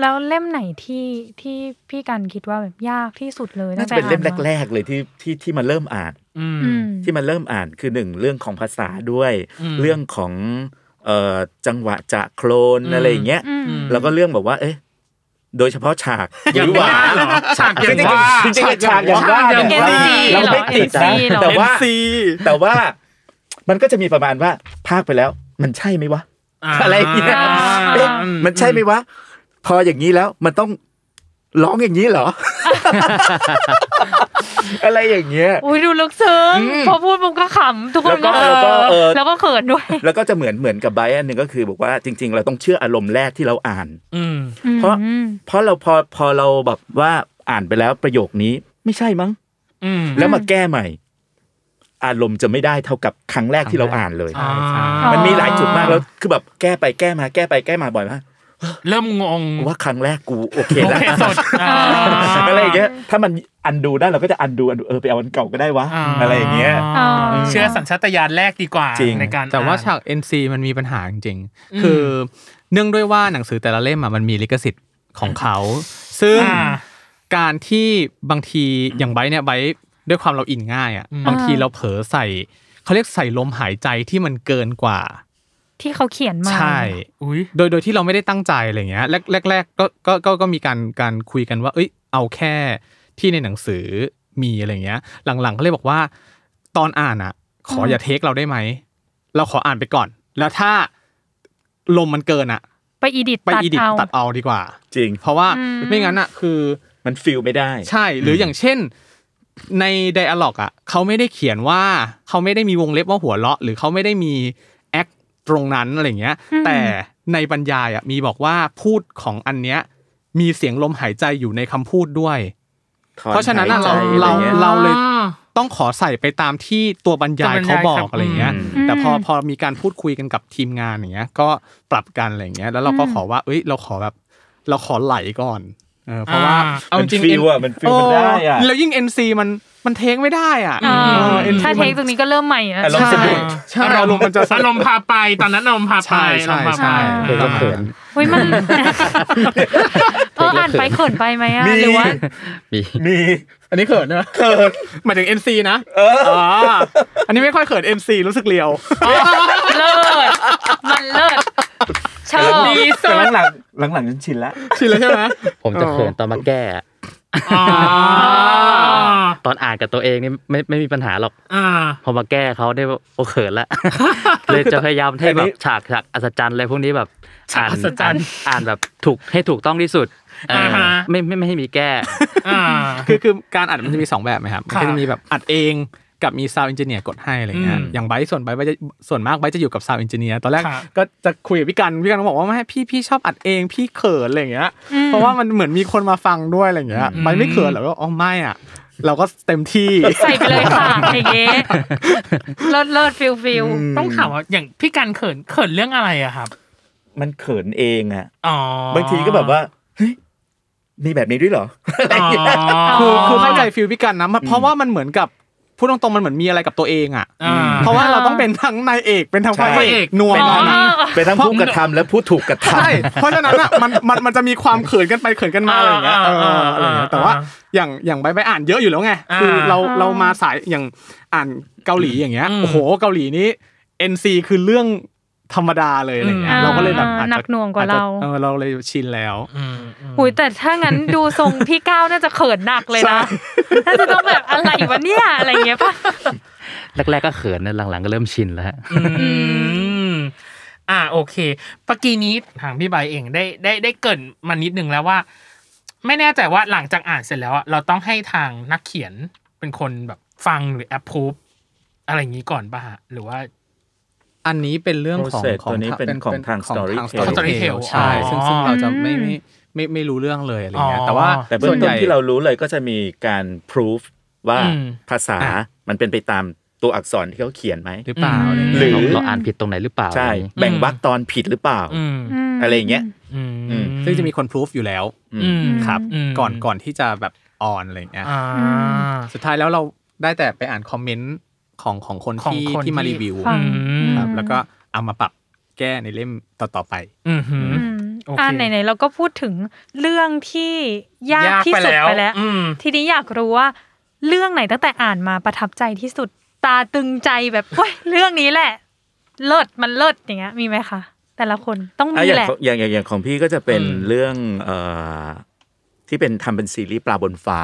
แล้วเล่มไหนที่ที่พี่กันคิดว่าแบบยากที่สุดเลย
น่าจะเป็นเล่ม
แรก
แรก ๆ เลยที่ที่ที่มาเริ่มอ่าน
อืม
ที่มันเริ่มอ่านคือหนึ่งเรื่องของภาษาด้วย เรื่องของเอ่อจังหวะจะโครน
อืม
อะไรอย่างเงี้ย
อืม
แล้วก็เรื่องแบบว่า เอ๊ะ โดยเฉพาะฉากห รือว่า
อย่างว่าเหรอฉากอย่างว่า
จริงๆจริงๆฉากอย่างว่า
ฉากอย่าง
เนี่ย
ว่า
เราไม่ติดนะ
เหรอ
แต่ว่า
MC
แต่ว่ามันก็จะมีประมาณว่าภาคไปแล้ว มันใช่ไหมวะ อะไรอย่างเงี้ย เอ๊ะมันใช่ไหมวะ พออย่างนี้แล้วมันต้องร้องอย่างนี้เหรอ อะไรอย่างเงี้ย
อุ้ยดูลึกซึ้ง
อืม
พอพูดปุ๊บก็ขำทุกคนก็
แล้วก็แล้วก็เออ
แล้วก็เขินด้วย
แล้วก็จะเหมือนเหมือนกับไบอันหนึ่งก็คือบอกว่าจริง ๆ เราต้องเชื่ออารมณ์แรกที่เราอ่าน
อืม
เพราะ เพราะเราพอพอเราแบบว่าอ่านไปแล้วประโยคนี้ไม่ใช่มั้ง
อืม
แล้วมาแก้ใหม่ อารมณ์จะไม่ได้เท่ากับครั้งแรกที่เราอ่านเลย
ใช่ใช่
อ๋อ
มันมีหลายจุดมากแล้วคือแบบแก้ไปแก้มาแก้ไปแก้มาบ่อยมาก
เริ่มงง
กูว่าครั้งแรกกูโอเค
โอ
แล้ว
เคสดา
อะไรอย่างเงี้ยถ้ามันอันดูได้เราก็จะอันดูอันดูเออไปเอาอันเก่าก็ได้วะ
อ่า
อะไรอย่างเงี้ย
อ๋อ
เชื่อสัญชาตญาณแรกดีกว่า
จริง
ในการ
แต่ว่า
อ่
ฉาน ก NC มันมีปัญหาจริง
อืม
ๆ คือเนื่องด้วยว่าหนังสือแต่ละเล่มอะมันมีลิขสิทธิ์ของเขา ซึ่ง
อ่า
การที่บางทีอย่างไบร์ทเนี่ยไบร์ทด้วยความเราอินง่ายอ่ะ
อืม
บางทีเราเผลอใส่เขาเรียกใส่ลมหายใจที่มันเกินกว่า
ที่เขาเขียนมา
ใช่
อุ้ย
โดยโดยที่เราไม่ได้ตั้งใจอะไรเงี้ยแรกแรกแรกก็ก็ก็ก็มีการการคุยกันว่า เอ้ยเอาแค่ที่ในหนังสือมีอะไรเงี้ย หลังๆก็เลยบอกว่า ตอนอ่านอ่ะ ขออย่าเทคเราได้ไหม เราขออ่านไปก่อน แล้วถ้าลมมันเกินอ่ะ
ไปอีดิต
ไป
ตัด
อีดิต
เอา
ตัดเอาดีกว่า
จริง
เพราะว่า
อืม
ไม่งั้นอ่ะคือ
มันฟิลไม่ได้
ใช่ หรืออย่างเช่นใน d i อะล็อกอ่ะเขาไม่ได้เขียนว่าเขาไม่ได้มีวงเล็บว่าหัวเราะ หรือเขาไม่ได้มีแอคตรงนั้นอะไรเงี้ย แต่ในบรรยายอ่ะมีบอกว่าพูดของอันเนี้ยมีเสียงลมหายใจอยู่ในคำพูดด้วย
ถอ
เพราะฉะนั้นอะ
หยใจ
เรา
อะไร
เรา
เงี้ย
เราเลยต้องขอใส่ไปตามที่ตัวบรรยาย
ตัวบรรยาย
เขาบอ
ครั
ก
บ
อะไรเงี้ย
อืม
แต่พอพอมีการพูดคุยกันกับทีมงานอย่างเงี้ย ก็ปรับกันอะไรเงี้ย แล้วเราก็ขอว่า เอ้ยเราขอแบบ เราขอไหลก่อนเออเพราะว่าเอาจริง
มันฟิล
ๆ
อะมันฟิลมันได้อะ
แล้วยิ่ง NC มันมันเทคไม่ได้อ่ะ
อ่า
เออ NC
ถ้าเทคตรงนี้ก็เริ่มใหม่แล้ว
อ่ะลองสะดุด
ใช่อารมณ์มันจะ
อารมณ์พาไปตอนนั้นอารมณ์พาไป
ใช่ใช่
อารมณ์พา
ใช่
ใช่
เออก็เขิน
เฮ้ยมัน เอออ่านไปเขินไปไหมอะ
มี
หรือว่า
มี
มี
อันนี้เขินนะ
เขิน
หมายถึง NC นะอ๋ออันนี้ไม่ค่อยเขิน NC รู้สึกเลียว
เลิศมันเลิศชอบ
ดีส
แต่
ด
หลังหลังหลังๆฉันชินละ
ชินแล้วใช่ไหม
ผมจะเขินตอนมาแก้อะ
อ๋อ
ตอนอ่านกับตัวเองนี่ไม่ไม่มีปัญหาหรอก
อ่า
พอมาแก้เขาได้โอเขินละ เลยจะพยายามให้
อัน
แบ
นี้
บฉากฉากอัศจรรย์อะไรพวกนี้แบบ
ฉากอัศจรรย์
านอ่านแบบถูกให้ถูกต้องที่สุดเอออา
ฮะ
ไม่ไม่ไม่ให้มีแก้
อ่า
คือคือการอัดมันจะมี 2 แบบไหมครับ
ค่ะ
ก็จะมีแบบอัดเองกับมีซาว n d เอนจิเนียร์กดให้อะไรเงี้ย
อืม
อย่างไบร์ทส่วนไบร์ทไบร์ทจะส่วนมากไบร์ทจะอยู่กับซาว n d เอนจิเนียร์ตอนแรก
ค่ะ
ก็จะคุยกับพี่กันพี่กันก็บอกว่าไม่พี่พี่ชอบอัดเองพี่เขินอะไรเงี้ย
อืม
เพราะว่ามันเหมือนมีคนมาฟังด้วยอะไรเงี้ยไบร์ทไม่เขินหรอกก็อ๋อไม่อ่ะเราก็เต็มที่
ใส่ไปเลยค่ะอย่างเงี้ยเลิศเลิศฟิลฟิล
ต้องถามว่าอย่างพี่กันเขินเขินเรื่องอะไรอะครับ
มันเขินเองอะ
อ๋อบ
างทีก็แบบว่า เฮ้ย มีแบบนี้ด้วยเหรอ
อ๋อ
คือคือเข้าใจฟิลพี่กันนะมันเพราะว่ามันเหมือนกับพูดตรงๆมันเหมือนมีอะไรกับตัวเองอ่ะ
อ่า
เพราะว่าเราต้องเป็นทั้งนายเอกเป็นทั้ง
ใช่
พระเอกนัว
เป็น
มากนะ
เป็นทั้งผู้กระทำและผู้ถูกกระทำ
ใช่ เพราะฉะนั้นอ่ะมันมันมันจะมีความเขินกันไปเขินกันมาอะไรอย่างเงี้ยเออ
อ่าอ่า
อะไรอย่างเงี้ย
อ่า
แต่ว่าอย่างอย่างใบใบอ่านเยอะอยู่แล้วไง
อ่า
คือเราเรามาสายอย่างอ่านเกาหลีอย่างเงี้ย
อืม
โอ้โหเกาหลีนี้ NC คือเรื่องธรรมดาเลยอะไรอย่างเงี้ย
อืม
เราก็เลยแบบอาจ
หนั
จะ
กหน่วงกว่า
อจจะ
เรา
เออเราเลยชินแล้ว
อืมอืม
หุยแต่ถ้างั้นดูทรงพี่ก้าวน่าจะเขินหนักเลยนะน่าจะต้องแบบอะไรวะเนี่ยอะไรอย่างเงี้ยป่ะ
แรก ๆ ก็เขินนะหลังๆ ก็เริ่มชินแล้วฮะ
อืมอ่าโอเคปะกี้นี้ทางพี่ใบเองได้ได้ได้เกรินมานิดนึงแล้วว่า ไม่แน่ใจว่าหลังจากอ่านเสร็จแล้วอะเราต้องให้ทางนักเขียนเป็นคนแบบฟังหรือแอปพูฟอะไรอย่างนี้ก่อนป่ะฮะหรือว่า
อันนี้เป็นเรื่องของ
Process
ของ
ตัวนี้เป็นของทาง Storytel
ของ Storytel ใช่
อ๋อ
ซึ่งซึ่งเราจะไม่
อืม
ไม่ไม่ไม่รู้เรื่องเลยอะไรอย่างเงี้ย
อ๋อ
แต่ว่า
แต่เบื้อ
ส่ว
ง
นให
ต้น
ญ่
ที่เรารู้เลยก็จะมีการ proof ว่า
อืม
ภาษา
อ่ะ
มันเป็นไปตามตัวอักษรที่เขาเขียนไหม
หรือเปล่า
อืม
อะไรอย่างเงี้
หรื
ย
อ
เราเราอ่านผิดตรงไหนหรือเปล่า
ใช่
อะไรอย่างงี้
แบ่งวรรคตอนผิดหรือเปล่า
อืม
ม
อะไรอย่างเงี้ย
อืม
อืม
ซึ่งจะมีคนพรูฟอยู่แล้ว
อืม
อืม
ครับ
อืม
ก่อนก่อนที่จะแบบออนอะไรอย่างเงี้ย
อ่า
สุดท้ายแล้วเราได้แต่ไปอ่านคอมเมนต์ของของคน
ของ
ที่
คน
ที่มา
ที่
รีวิว
ฟัง
ม
ครับแล้วก็เอามาปรับแก้ในเล่มต่อ ๆ ไป
อืมหืม
อืม
โอเค
อ่าไหนๆเราก็พูดถึงเรื่องที่ยากที่สุดไปแล้ว
อืม
ทีนี้อยากรู้ว่า เรื่องไหนตั้งแต่อ่านมาประทับใจที่สุด ตาตึงใจแบบ เฮ้ยเรื่องนี้แหละ เลิศมันเลิศอย่างเงี้ยมีไหมคะแต่ละคนต้อง
อ่ะ
มี
อย่าง
แหละ
ของอย่างอย่างอย่างของพี่ก็จะเป็น
อืม
เรื่องเอ่อที่เป็นทำเป็นซีรีส์ปลาบนฟ้า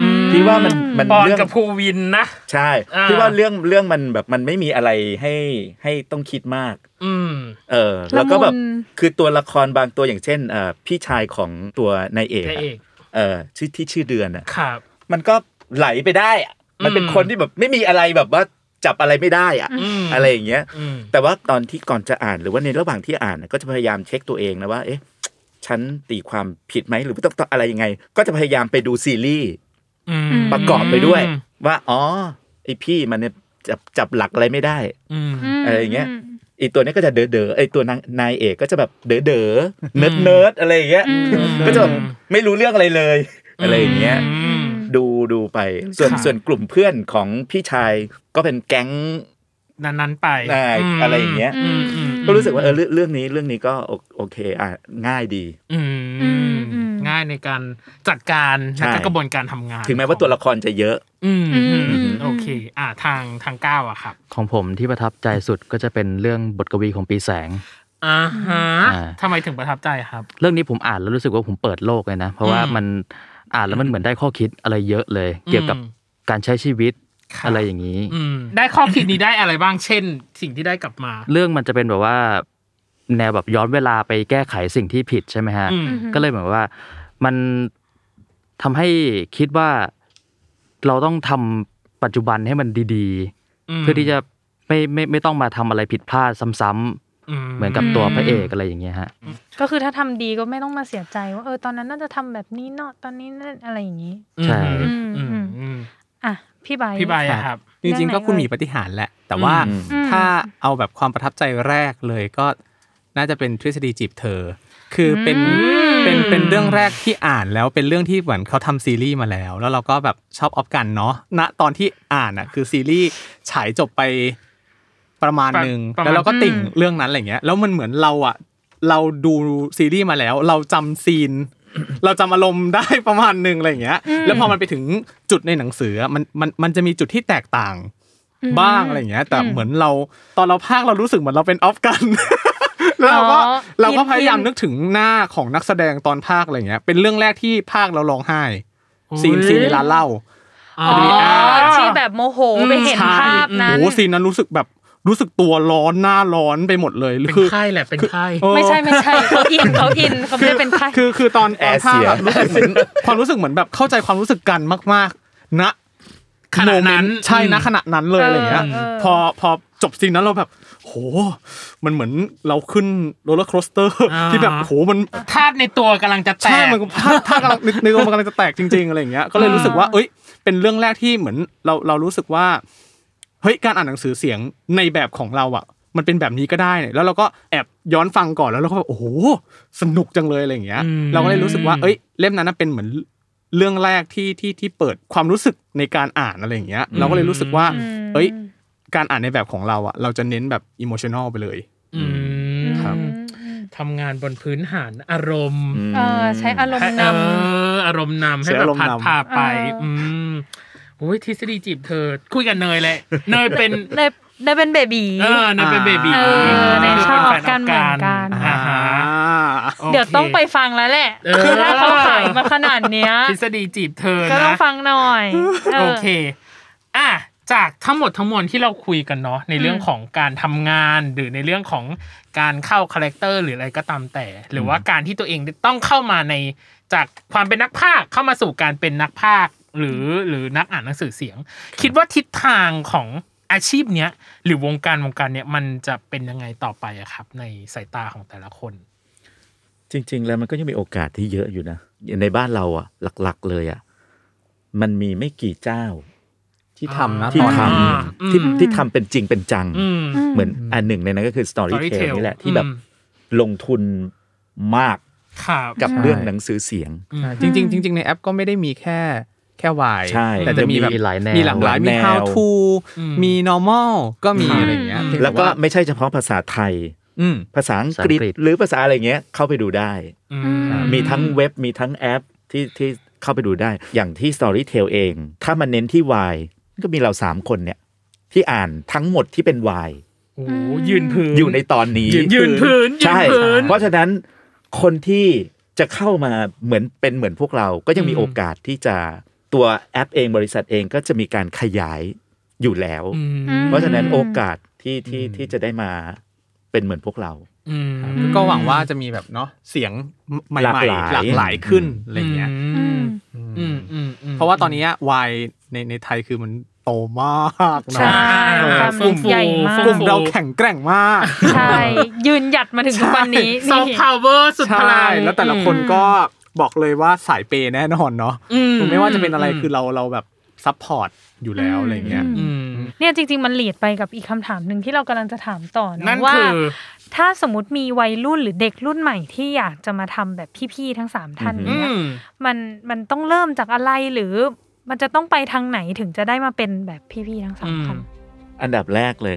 อืม
พี่ว่ามันมัน
ปอน
เรื่อง
กับภูวินนะ
ใช่
อ่า
พี่ว่าเรื่องเรื่องมันแบบมันไม่มีอะไรให้ให้ต้องคิดมาก
อืม
เออ แล้วก็แบบ
ละมุน
คือตัวละครบางตัวอย่างเช่นเอ่อพี่ชายของตัวนายเอก
พระ
อะ
เอก
เออชื่อที่ชื่อเดือนอ่ะ
ครับ
มันก็ไหลไปได้อะมันเป็น
อืม
คนที่แบบไม่มีอะไรแบบว่าจับอะไรไม่ได้อะ
อืม
อะไรอย่างเงี้ย
อืม
แต่ว่าตอนที่ก่อนจะอ่านหรือว่าในระหว่างที่อ่านน่ะก็จะพยายามเช็คตัวเองนะว่า เอ๊ะ ฉันตีความผิดไหมหรือว่าต้องต้องอะไรยังไง ก็จะพยายามไปดูซีรีส์
อืม
ประกอบไปด้วย ว่าอ๋อไอพี่มันเนี่ยจับจับหลักอะไรไม่ได้
อืม
ม
อะไรอย่างเงี้ย ไอตัวเนี้ยก็จะเด๋อเด๋อๆไอตัวนางนายเอกก็จะแบบเด๋อเด๋อเนิร์ดเนิร์ดอะไรอย่างเงี้ย
อืม
ก็จะแบบไม่รู้เรื่องอะไรเลย อะไรอย่างเงี้ย
อืม
ดูดูไปส่วน
ค่ะ
ส่วนกลุ่มเพื่อนของพี่ชายก็เป็นแก๊ง
นั้นนั้นๆไป
ได้
ม
อะไรอย่างเงี้ย
อืมอืม
ก็รู้สึกว่าเออเรื่องเรื่องนี้เรื่องนี้ก็โอโอเคอ่ะง่ายดี
อื
อื
ม
มอืม
ง่ายในการจัดการ
ใช่
และก็กระบวนการทำงาน
ถึงแม้ว่าตัวละครจะเยอะ
อืมอืมอืม
อืม
โอเค อ่าทางทางก้าวอะครับ
ของผมที่ประทับใจสุดก็จะเป็นเรื่องบทกวีของปีแสง
อ่าฮะ
อ่า
ทำไมถึงประทับใจครับ
เรื่องนี้ผมอ่านแล้วรู้สึกว่าผมเปิดโลกเลยนะ เพราะว่า
อืม
มันอ่านแล้วมันเหมือนได้ข้อคิดอะไรเยอะเลย เกี่ยวกับ
อืม
การใช้ชีวิต
คบ
อะไรอย่างนี้
อืมได้ข้อคิดนี้ได้อะไรบ้างเช่น สิ่งที่ได้กลับมา
เรื่องมันจะเป็นแบบว่า แนวแบบย้อนเวลาไปแก้ไขสิ่งที่ผิดใช่ไหมฮะ
อืม
ก็เลยเหมือนว่ามันทำให้คิดว่าเราต้องทำปัจจุบันให้มันดีๆ เพื่อที่จะไม่ไม่ไม่ต้องมาทำอะไรผิดพลาดซ้ำๆเหมือนกับตัวพระเอกอะไรอย่างเงี้ยฮะ
ก็คือถ้าทำดีก็ไม่ต้องมาเสียใจว่าเออตอนนั้นน่าจะทำแบบนี้เนาะตอนนี้นั่นอะไรอย่างงี้
ใช่
อืม
อืม
อืม
อืม
อ่ะพี่ใบ
พี่ใบอะครับ
จริงๆก็คุณหมีปฏิหารแหละ แต่ว่า
อืม
ถ้าเอาแบบความประทับใจแรกเลยก็น่าจะเป็นทฤษฎีจีบเธอ คือเป็น
ม
เป็นเป็นเรื่องแรกที่อ่านแล้วเป็นเรื่องที่เหมือนเขาทำซีรีส์มาแล้ว แล้วเราก็แบบชอบออฟกันเนาะณตอนที่อ่านอ่ะคือซีรีส์ฉายจบไปประมาณหนึ่ง
ประมาณ
แล้วเราก็ติ่งเรื่องนั้นอะไรเงี้ยแล้วมันเหมือนเราอ่ะเราดูซีรีส์มาแล้ว เราจำซีน เราจำอารมณ์ได้ประมาณหนึ่งอะไรอย่างเงี้ย แล้วพอมันไปถึงจุดในหนังสืออะมันมันมันจะมีจุดที่แตกต่าง บ้างอะไรอย่างเงี้ย แต่เหมือนเราตอนเราพากย์เรารู้สึกเหมือนเราเป็นออฟกัน แล้วเราก็
อ๋อ
เราก็
อิน
พยายามนึกถึงหน้าของนักแสดงตอนพากย์อะไรอย่างเงี้ย เป็นเรื่องแรกที่พากย์เราร้องไห้ซีนซีนในร้านเหล้า
อ๋อ
อ๋อที่แบบโมโหไปเห็น
ใช่
ภาพนั้น
โอ้โหซีนนั้นรู้สึกแบบรู้สึกตัวร้อนหน้าร้อนไปหมดเลย
เป็น
คือ
ไข้แหละเป็นไข้
เออ
ไม่ใช่ไม่ใช่เขาอินเขาอินเขาไม่ได้เป็นใคร
คือคือตอนต
แอ
อน
ร์
ภา
เสี
พ
ย
อะรู้สึกเหมือนความรู้สึกเหมือนแบบเข้าใจความรู้สึกกันมากๆณ
ขณะนั้น
โมเมต์ใช่นะขณะนั้นเลย
เออ
อะไรเงี้ย
เออ
พอพอจบซีนนั้นเราแบบ โห มันเหมือนเราขึ้นโรลเลอร์โคสเตอร์
อ่า
ที่แบบโหมัน
ธาตุในตัวกำลังจะแต
ใช่
ก
มันถ้าถ้ากำลังนึกนึกว่ามันกำลังจะแตกจริง ๆอะไรเงี้ยก็เลยรู้สึกว่า เอ้ย เป็นเรื่องแรกที่เหมือนเราเรารู้สึกว่าเฮ้ยการอ่านหนังสือเสียงในแบบของเราอ่ะ มันเป็นแบบนี้ก็ได้เนี่ยแล้วเราก็แอบย้อนฟังก่อนแล้วเราก็แบบโอ้โหสนุกจังเลยอะไรอย่างเงี้ย
อืม
เราก็เลยรู้สึกว่า เอ้ย เล่มนั้นนะเป็นเหมือนเรื่องแรกที่ที่ที่เปิดความรู้สึกในการอ่านอะไรอย่างเงี้ย เราก็เลยรู้สึกว่า
อืม
เอ้ย การอ่านในแบบของเราอะเราจะเน้นแบบอิโมชันอลไปเลย
อืม
ครับ
ทำงานบนพื้นฐานอารมณ์
เออใช้อารม
ให้
ณ์น
เอออารมณ์นำให้
ใช้
แบ
อาร
บ
มณ์
พัด
นำ
พาไป
เออ
อื
อื
มโอ้ยทฤษฎีจีบเธอ คุยกันเนยเลย เนยเป็น
ำเลยได้เป็นเบบี
เออเนยเป็นเบบี
เออในชอบกันเหมือนกัน
อ่าฮะโค
เดี๋ยวต้องไปฟังแล้วแหละ
เออ
คือถ้าเขาขายมาขนาดเนี้ย
ทฤษฎีจีบเธอนะ
ก็ต้องฟังหน่อย
โอเค อ่ะ จากทั้งหมดทั้งมวลที่เราคุยกันเนาะในเรื่องของการทำงานหรือในเรื่องของการเข้าคาแรคเตอร์หรืออะไรก็ตามแต่ หรือว่าการที่ตัวเองต้องเข้ามาในจากความเป็นนักพากย์เข้ามาสู่การเป็นนักพากย์หรือหรือนักอ่านหนังสือเสียง คิดว่าทิศทางของอาชีพเนี้ยหรือวงการวงการเนี้ยมันจะเป็นยังไงต่อไปอะครับ ในสายตาของแต่ละคน
จริง ๆ แล้วมันก็ยังมีโอกาสที่เยอะอยู่นะในบ้านเราอ่ะ หลักๆ เลยอ่ะมันมีไม่กี่เจ้า
ที่ทำนะ
ที่
ตอน
ท
นั้น
ำที่ที่ทำเป็นจริงเป็นจัง
อืม
เหมือนอันหนึ่งในนั้นก็คือ Storytel
Storytel
นี่แหละที่แบบ
อืม
ลงทุนมาก
ครับ
กับ
ใช่
เรื่องหนังสือเสียง
จริงๆจริงๆในแอปก็ไม่ได้มีแค่แค่วาย
ใช่
แต่จะมีแบบ
มีหลายแนว
มีหลากหลาย
ห
มี
ลายแนว
how to
อืม
มี normal ก็มี
ค่ะ
อะไรอย่างเงี้ย
อืม
เพียงต่
แล้วก็
า
ไม่ใช่เฉพาะภาษาไทย
อืม
ภาษาอังกฤษ
ภาษาอังกฤษ
หรือภาษาอะไรเงี้ยเข้าไปดูได้
อื
มีทั้งเว็บมีทั้งแอปที่ที่เข้าไปดูได้ อย่างที่ Storytel เอง ถ้ามันเน้นที่วายก็มีเราสามคนเนี่ย ที่อ่านทั้งหมดที่เป็นวาย
โอ้โหยืนพื้น
อยู่ในตอนนี้
ยืนยืนพื้น
ใช่
ยืนพื้น
เพราะฉะนั้นคนที่จะเข้ามาเหมือนเป็นเหมือนพวกเราก็ยังมี
อืม
โอกาสที่จะตัวแอปเองบริษัทเองก็จะมีการขยายอยู่แล้ว
อืม
เพราะฉะนั้นโอกาสที่ที่ที่จะได้มาเป็นเหมือนพวกเรา
อืม
ก็หวังว่าจะมีแบบเนาะเสียงใหม่
หลากหลาย
ๆหลากหลายขึ้นอะไรอย่างเงี้ย
อืม
อืมอืมอืม
เพราะว่าตอนเนี้ยวายในในไทยคือมันโตมากเน
ใช่
อะ
อ่า
ความใหญ่มาก
กลุ่มเราแข็งแกร่งมาก
ใช่ยืนหยัดมาถึงทุกวันนี้
ซอฟ
นี่
ต์พาวเวอร์สุด
ใช
พลั่ ง
แล้วแต่ละคนก็บอกเลยว่าสายเปย์แน่นอนเนาะ
อื
ไม่ว่าจะเป็นอะไรคือเราเราแบบซัพพอร์ตอยู่แล้วอะไรอย่างเงี้ย
อืม
เนี่ยจริง ๆ มันหลีดไปกับอีกคำถามหนึ่งที่เรากำลังจะถามต่อ
นั่
นะ
น
ว่า
คือ
ถ้าสมมติมีวัยรุ่นหรือเด็กรุ่นใหม่ที่อยากจะมาทำแบบพี่ๆทั้งสามท่าน
อื
เนี่ย
ม
มันมันต้องเริ่มจากอะไรหรือมันจะต้องไปทางไหนถึงจะได้มาเป็นแบบพี่ๆทั้งสามท่าน
อันดับแรกเลย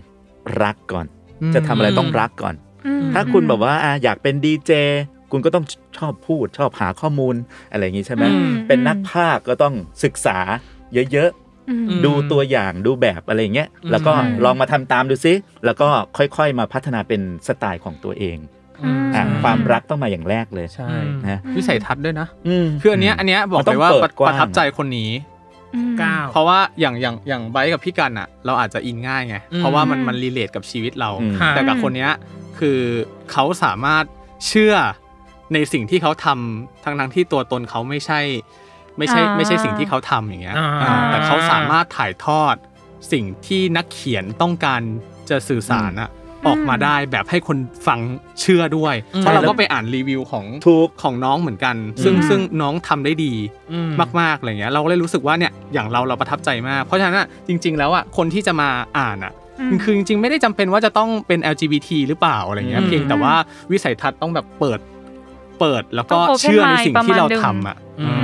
รักก่อน
อืม
จะทำอะไรต้องรักก่อน
อืม
ถ้าคุณแบบว่าอ่ะอยากเป็นดีเจคุณก็ต้องชอบพูด ชอบหาข้อมูลอะไรอย่างนี้ใช่ไหม
อืม
เป็นนักภาคก็ต้องศึกษาเยอะ
อืม
ๆ ดูตัวอย่างดูแบบอะไรอย่างเงี้ยแล้วก็ลองมาทำตามดูซิ แล้วก็ค่อยๆมาพัฒนาเป็นสไตล์ของตัวเอง
อืม
อ่ะความรักต้องมาอย่างแรกเลย
ใช่
นะ
วิสัยทัศน์ด้วยนะ
อืม
คืออันเนี้ยอันเนี้ยบอก
มันต้อ
เล
ง
ยว่า
เปิ
ป
ดกว้าง
ระทับใจคนนี้
อืม
เก้า
เพราะว่าอย่างอย่างอย่างไบร์ทกับพี่กันอะเราอาจจะอินง่ายไง
อืม
เพราะว่ามันมันรีเลทกับชีวิตเรา
อืม
ค่ะ
แต่กับคนเนี้ยคือเขาสามารถเชื่อในสิ่งที่เขาทำทั้งทั้งที่ตัวตนเขาไม่ใช่ ไม่ใช่
อ่า
ไม่ใช่สิ่งที่เขาทำอย่างเงี้ย
อ่า
อ่าแต่เขาสามารถถ่ายทอดสิ่งที่นักเขียนต้องการจะสื่อสารอะ
ม
ออกมาได้แบบให้คนฟังเชื่อด้วยเพราะเราก็ไปอ่านรีวิวของ
ถูก
ของน้องเหมือนกัน ซึ่ง
อืม
ซึ่งน้องทำได้ดี
อืม
มากๆอะไรเงี้ยเราก็เลยรู้สึกว่าเนี่ยอย่างเราเราประทับใจมาก เพราะฉะนั้นอะจริง ๆ แล้วอ่ะคนที่จะมาอ่านอ่ะมันคือจริง ๆ ไม่ได้จำเป็นว่าจะต้องเป็น LGBT หรือเปล่าอะไรเงี้ย
อืม
เพียงแต่ว่าวิสัยทัศน์ต้องแบบเปิด เปิดแล้วก็
ต้อง open
เชื่อในสิ่งที่เรา
mind ประมาณหนึ่ง
ทำอ่ะ
อื
อืมอื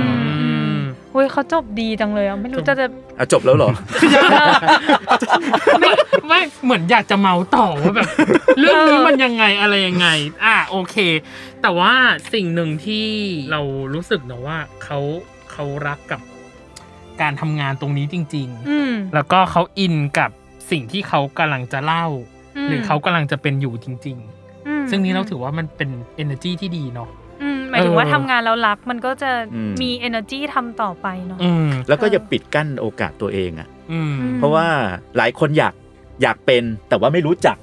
ม
มเฮ้ยเขาจบดีจังเลยอ่ะไม่รู้จะจะ
อ่ะจบแล้วเหรอ
ไม่ไม่เหมือนอยากจะเมาต่อว่าแบบ เรื่องนี้มันยังไงอะไรยังไง อ่ะโอเค แต่ว่าสิ่งหนึ่งที่เรารู้สึกนะว่าเขาเขารักกับการทำงานตรงนี้จริง
อืม
ๆ แล้วก็เขาอินกับสิ่งที่เขากำลังจะเล่า หรือเขากำลังจะเป็นอยู่จริง
อืม
ๆ ซึ่งนี้เราถือว่ามันเป็น energy ที่ดีเนาะ
อืมหมาย ถึง
เออ
ว่าทำงานแล้วรักมันก็จะ
อืม
มี energy ทำต่อไปเนาะ
อืม
แล้วก็อย่ า
เออ
ปิดกั้นโอกาสตัวเองอ่ะ
อืม
อืม
เพราะว่าหลายคนอยากอยากเป็นแต่ว่าไม่รู้จัก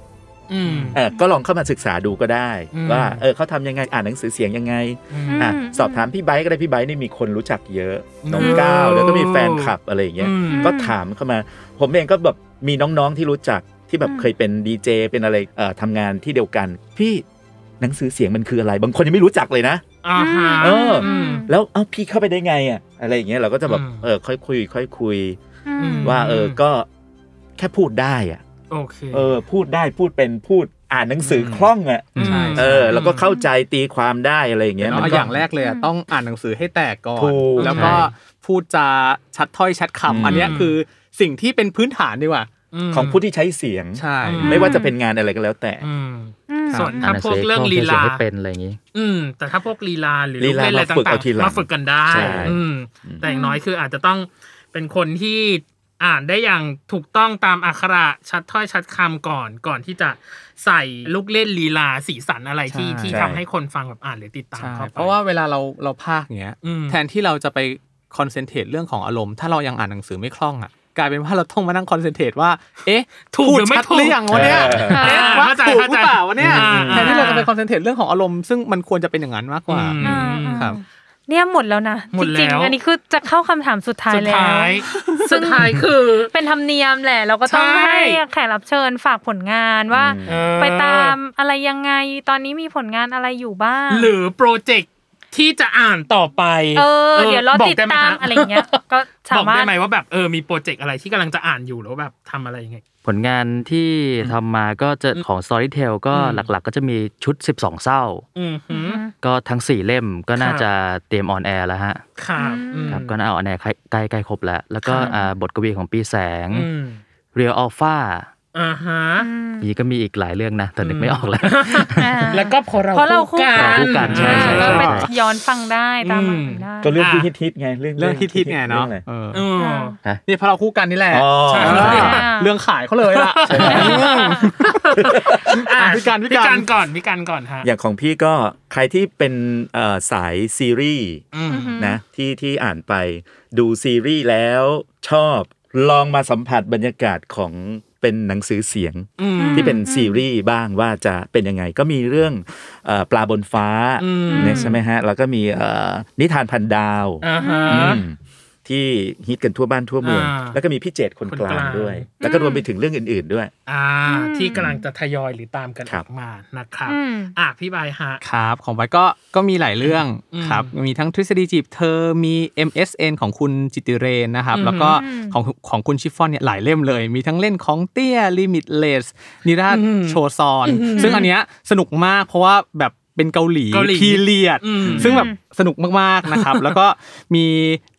อืม
เออก็ลองเข้ามาศึกษาดูก็ได้
อืม
ว่าเออเขาทำยังไงอ่านหนังสือเสียงยังไง
อืม
อ่ะ
อืม
สอบถามพี่ไบค์ก็ได้พี่ไบค์นี่มีคนรู้จักเยอะน้อง
อืม
ก้าวแล้วก็มีแฟนคลับอะไรอย่างเงี้ย
อืม
ก็ถามเข้ามา ผมเองก็แบบมีน้องๆที่รู้จักที่แบบ
อืม
เคยเป็นดีเจเป็นอะไรเอ่อทำงานที่เดียวกัน พี่หนังสือเสียงมันคืออะไร บางคนยังไม่รู้จักเลยนะ
อ่าฮะ
เออ
ม
แล้วเอ้าพี่เข้าไปได้ไงอ่ะอะไรอย่างเงี้ยเราก็จะแบบ
อืม
เออค่อยคุย ค่อยคุย
อืม
ว่าเออก็แค่พูดได้อ่ะ
โอเค
เออ พูดได้พูดเป็นพูดอ่านหนังสือคล่องอ่ะ
อืม
ใช่
เอ
ใช่
อแล้วก็เข้าใจตีความได้อะไรอย่างเงี้ย
เนาะ
มัน
อย่างแรกเลยอะ
อืม
ต้องอ่านหนังสือให้แตกก่อน
ถูก
แล้วก็
ใช่
พูดจาชัดถ้อยชัดคำ
อืม
อันเนี้ยคือสิ่งที่เป็นพื้นฐานดีกว่า
ม
ของผู้ที่ใช้เสียง
ใช่
อืม
ไม่ว่าจะเป็นงานอะไรก็แล้วแต่
อืม
อืม
ส่วน
อ่านหนัง
ถ้า
สือ
พวกเรื่อง
ก็
ลีลา
เขียนให้เป็นอะไรอย่างนี้
อืม แต่ถ้าพวกลีลาหรือ
ลี
ลูก
ลา
เล่นอะไร
มาฝึก
ต่า
เอา
ง
ทีหลั
ๆ
ง
มาฝึกกันได้
ใช่
อืมแต่อย่างน้อยคืออาจจะต้องเป็นคนที่อ่านได้อย่างถูกต้องตามอักขระชัดถ้อยชัดคำก่อน ก่อนที่จะใส่ลูกเล่นลีลาสีสันอะไรที่
ใช่
ที่ทำให้คนฟังแบบอ่านหรือติดตาม
ใช่
เข้าไป
เพราะว่าเวลาเราเราพากย์เงี้ย
อืม
แทนที่เราจะไปคอนเซนเทรตเรื่องของอารมณ์ ถ้าเรายังอ่านหนังสือไม่คล่องอ่ะกลายเป็นว่าเราต้องมานั่งคอนเซนเทรตว่า เอ๊ะ
ถูก
พูด
หรือไม่
ชัด
ถู
ห
ก
รือยังวะเนี่ย
เออ
เอ๊ะ
อ่า
ว่า
เข้าใจ
ถูกหรือเปล่าวะเนี่ย
เข้าใจ
แทนที่เราจะไป
อ่า
คอนเซนเทรตเรื่องของอารมณ์ซึ่งมันควรจะเป็นอย่างนั้นมากกว่า
อืม
อ่า
ครับ
เนี่ยหมดแล้วนะ
หม
จ
ดแล้ว
ริงๆอันนี้คือจะเข้าคำถามสุดท้าย
สุด
แล้ว
ท้าย สุดท้ายคือ
เป็นธรรมเนียมแหละ เราก็ต้อง
ใช่
ให้แขกรับเชิญฝากผลงานว่า
เออ
ไปตามอะไรยังไงตอนนี้มีผลงานอะไรอยู่บ้าง
หรือโปรเจกต์ที่จะอ่านต่อไป
เออ เดี๋ยวเรา
บก
ติด
ไหม
ตาม
ฮ
อะไรอย่างเงี้ย ก็สา
บอก
มาร
ได้
ถ
ไหมว่าแบบเออมีโปรเจกต์อะไรที่กำลังจะอ่านอยู่หรือว่าแบบทำอะไรยังไง
ผลงานที่ทำมาก็จะของ Storytel ก็
อืม
หลักๆ ก็จะมีชุด 12 เศร้า
อืมหืม
ก็ทั้ง 4 เล่มก็น่า
ครับ
จะเตรียมออนแอร์แล้วฮะ
ครับ
อืม
ครับก็น่าออนแอร์ใกล้ใกล้ใกล้ครบแล้ว แล้วก็
ครับ
อ่าบทกวีของปีแสง
อืม
เรียลอัลฟา
อ่าฮะ
อืม
นี่ก็มีอีกหลายเรื่องนะ แต่นึกไม่ออกแล้ว
อ่า
แล้วก็พอเรา
เพราะเราคู่
กั
กัน
น
คู่กันใช่ใช่
อ่า
ใช่
ก็ไปย้อนฟังได้ตามอ่านได้
ก็เรื่องที่
อ่ะ
ฮิตๆไงเรื่อง
เรื่องที่ทิศไงเนาะ
รื่องอร
เออ
เออ
นี่เพราะเราคู่กันนี่แหละ
อ๋อ
ใช่
ใช่
เรื่องขายเขาเลยล่ะ
อ่ะ
พี่การพี่
พี่
การ
การก่อนพี่การก่อนฮะ
อย่างของพี่ก็ใครที่เป็นเอ่อสายซีรีส์
อืม
นะที่ที่อ่านไปดูซีรีส์แล้วชอบลองมาสัมผัสบรรยากาศของเป็นหนังสือเสียง
อืม
ที่เป็นซีรีส์บ้างว่าจะเป็นยังไง ก็มีเรื่องเอ่อปลาบนฟ้า
อืม
เนี่ยใช่ไหมฮะ แล้วก็มีเอ่อนิทานพันดาว
อ่าฮะ
อืมที่ฮิตกันทั่วบ้านทั่วเมือง
อ่า
แล้วก็มีพี่เจตคน
คน
ก
กลา
ลาง งด้วย แล้วก็รวมไปถึงเรื่องอื่น ๆด้วย
อ่า ที่กำลังจะทยอยหรือตามกัน
ค
อ
รับ
อกมานะครับ
อืม
อ่ะพี่บายฮะ
ครับของไว้ก็ก็มีหลายเรื่อง
อืม
ครับมีทั้งทฤษฎีจีบเธอมี MSN ของคุณจิติเรนนะครับ
อืม
แล้วก็
อืม
ของของคุณชิฟฟอนเนี่ยหลายเล่มเลย มีทั้งเล่นของเตี้ย Limitless นิราชโชซอน ซึ่งอันเนี้ยสนุกมากเพราะว่าแบบเป็นเกาหลี
เกาหลี
พีเรียด
อืม
ซึ่งแบบสนุกมากๆนะครับ แล้วก็มี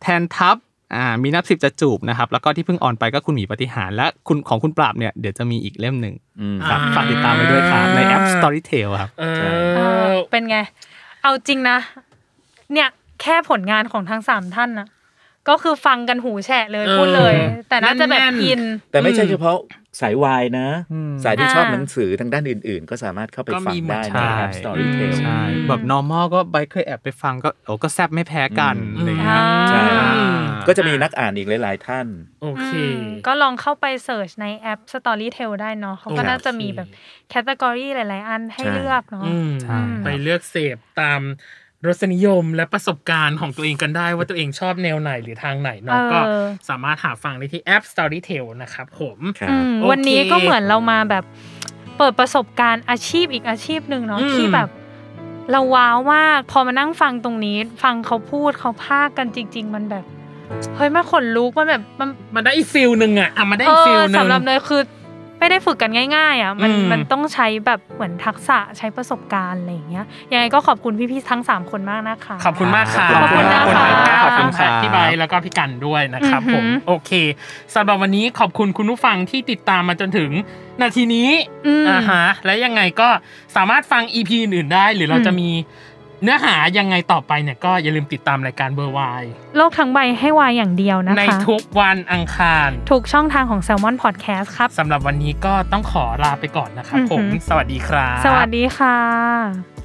แทนทัพอ่ามีนับสิบจะจูบนะครับ แล้วก็ที่เพิ่งออนไปก็คุณหมีปฏิหารย์และคุณของคุณปราบเนี่ยเดี๋ยวจะมีอีกเล่มหนึ่ง
อืม
ครับฝากติดตามไปด้วยครับในแอป Storytel ครับ
เอ
เอ
อ
อเป็นไง เอาจริงนะ เนี่ยแค่ผลงานของทั้งสามท่านนะก็คือฟังกันหูแฉะเลย
เออ
พูดเลย แต่น่าจะแบบ
แน่นๆ
อิน
แต่ไม่ใช่
อืม
เฉพาะสายวายนะ
อืม
สายที่
อ่า
ชอบหนังสือทางด้านอื่น ๆ ก็สามารถเข้าไปฟังได้
ก็มีหมด
ในแอป
ใช่
Storytel
ใช่
อืม
แบบ normal ก็ไบเคยแอบไปฟังก็โอ้ก็แซบไม่แพ้กัน
อืม
อะไรอย่างเงี้ย
ใช่
ก็จะมีนักอ่านอีกหลาย ๆ ท่าน
โอเค
อืมก็ลองเข้าไปเสิร์ชในแอป Storytel ได้เนาะเขาก็
โอเค
น่าจะมีแบบแคตตากรีหลาย ๆ อันให้
ใช่
เลือกเนาะ
อืม
ใช่
ม
ไปเลือกเสพตามรสนิยมและประสบการณ์ของตัวเองกันได้ว่าตัวเองชอบแนวไหนหรือทางไหนเนาะ
เออ
ก็สามารถหาฟังได้ที่แอป Storytel นะครับผม
ครั
อื
บ
ม
โอเค
วันนี้ก็เหมือนเรามาแบบเปิดประสบการณ์อาชีพอีกอาชีพหนึ่งเนาะ
อืม
ที่แบบเราว้าวมาก พอมานั่งฟังตรงนี้ ฟังเขาพูดเขาพากกันจริง ๆ มันแบบเฮ้ยมันขนลุกมันแบบมัน
มันได้อีกฟิลหนึ่งอ่ะอ่ะมันได้
เอ
อีกฟิล
อ
หนึ่ง
สำหรับเนยคือไม่ได้ฝึกกันง่าย ๆ อ่ะ มัน
อืม
มันต้องใช้แบบเหมือนทักษะใช้ประสบการณ์อะไรอย่างเงี้ยยังไงก็ขอบคุณพี่ๆทั้งสามคนมากนะคะ
ขอบคุณมากค่ะ
ขอบคุณนะ
ขอบคุณ
คะ
ขอบคุณ
ขอบคุณค่ะ
ค่ะพี่ใบร์ทแล้วก็พี่กันด้วยนะครับ
อือหื
ผ
อ
ม โอเคสำหรับวันนี้ขอบคุณคุณผู้ฟังที่ติดตามมาจนถึงนาทีนี้
อืม
อ่าฮะและยังไงก็สามารถฟัง EP อื่นๆได้ หรือเรา
อืม
จะมีเนื้อหายังไงต่อไปเนี่ยก็อย่าลืมติดตามรายการเบอร์วาย
โลกทั้งใบให้วายอย่างเดียวนะคะ
ในทุกวันอังคาร
ถูกช่องทางของ Salmon Podcast ครับ
สำหรับวันนี้ก็ต้องขอลาไปก่อนนะครับผม
อือหือ
สวัสดีครับ
สวัสดีค่ะ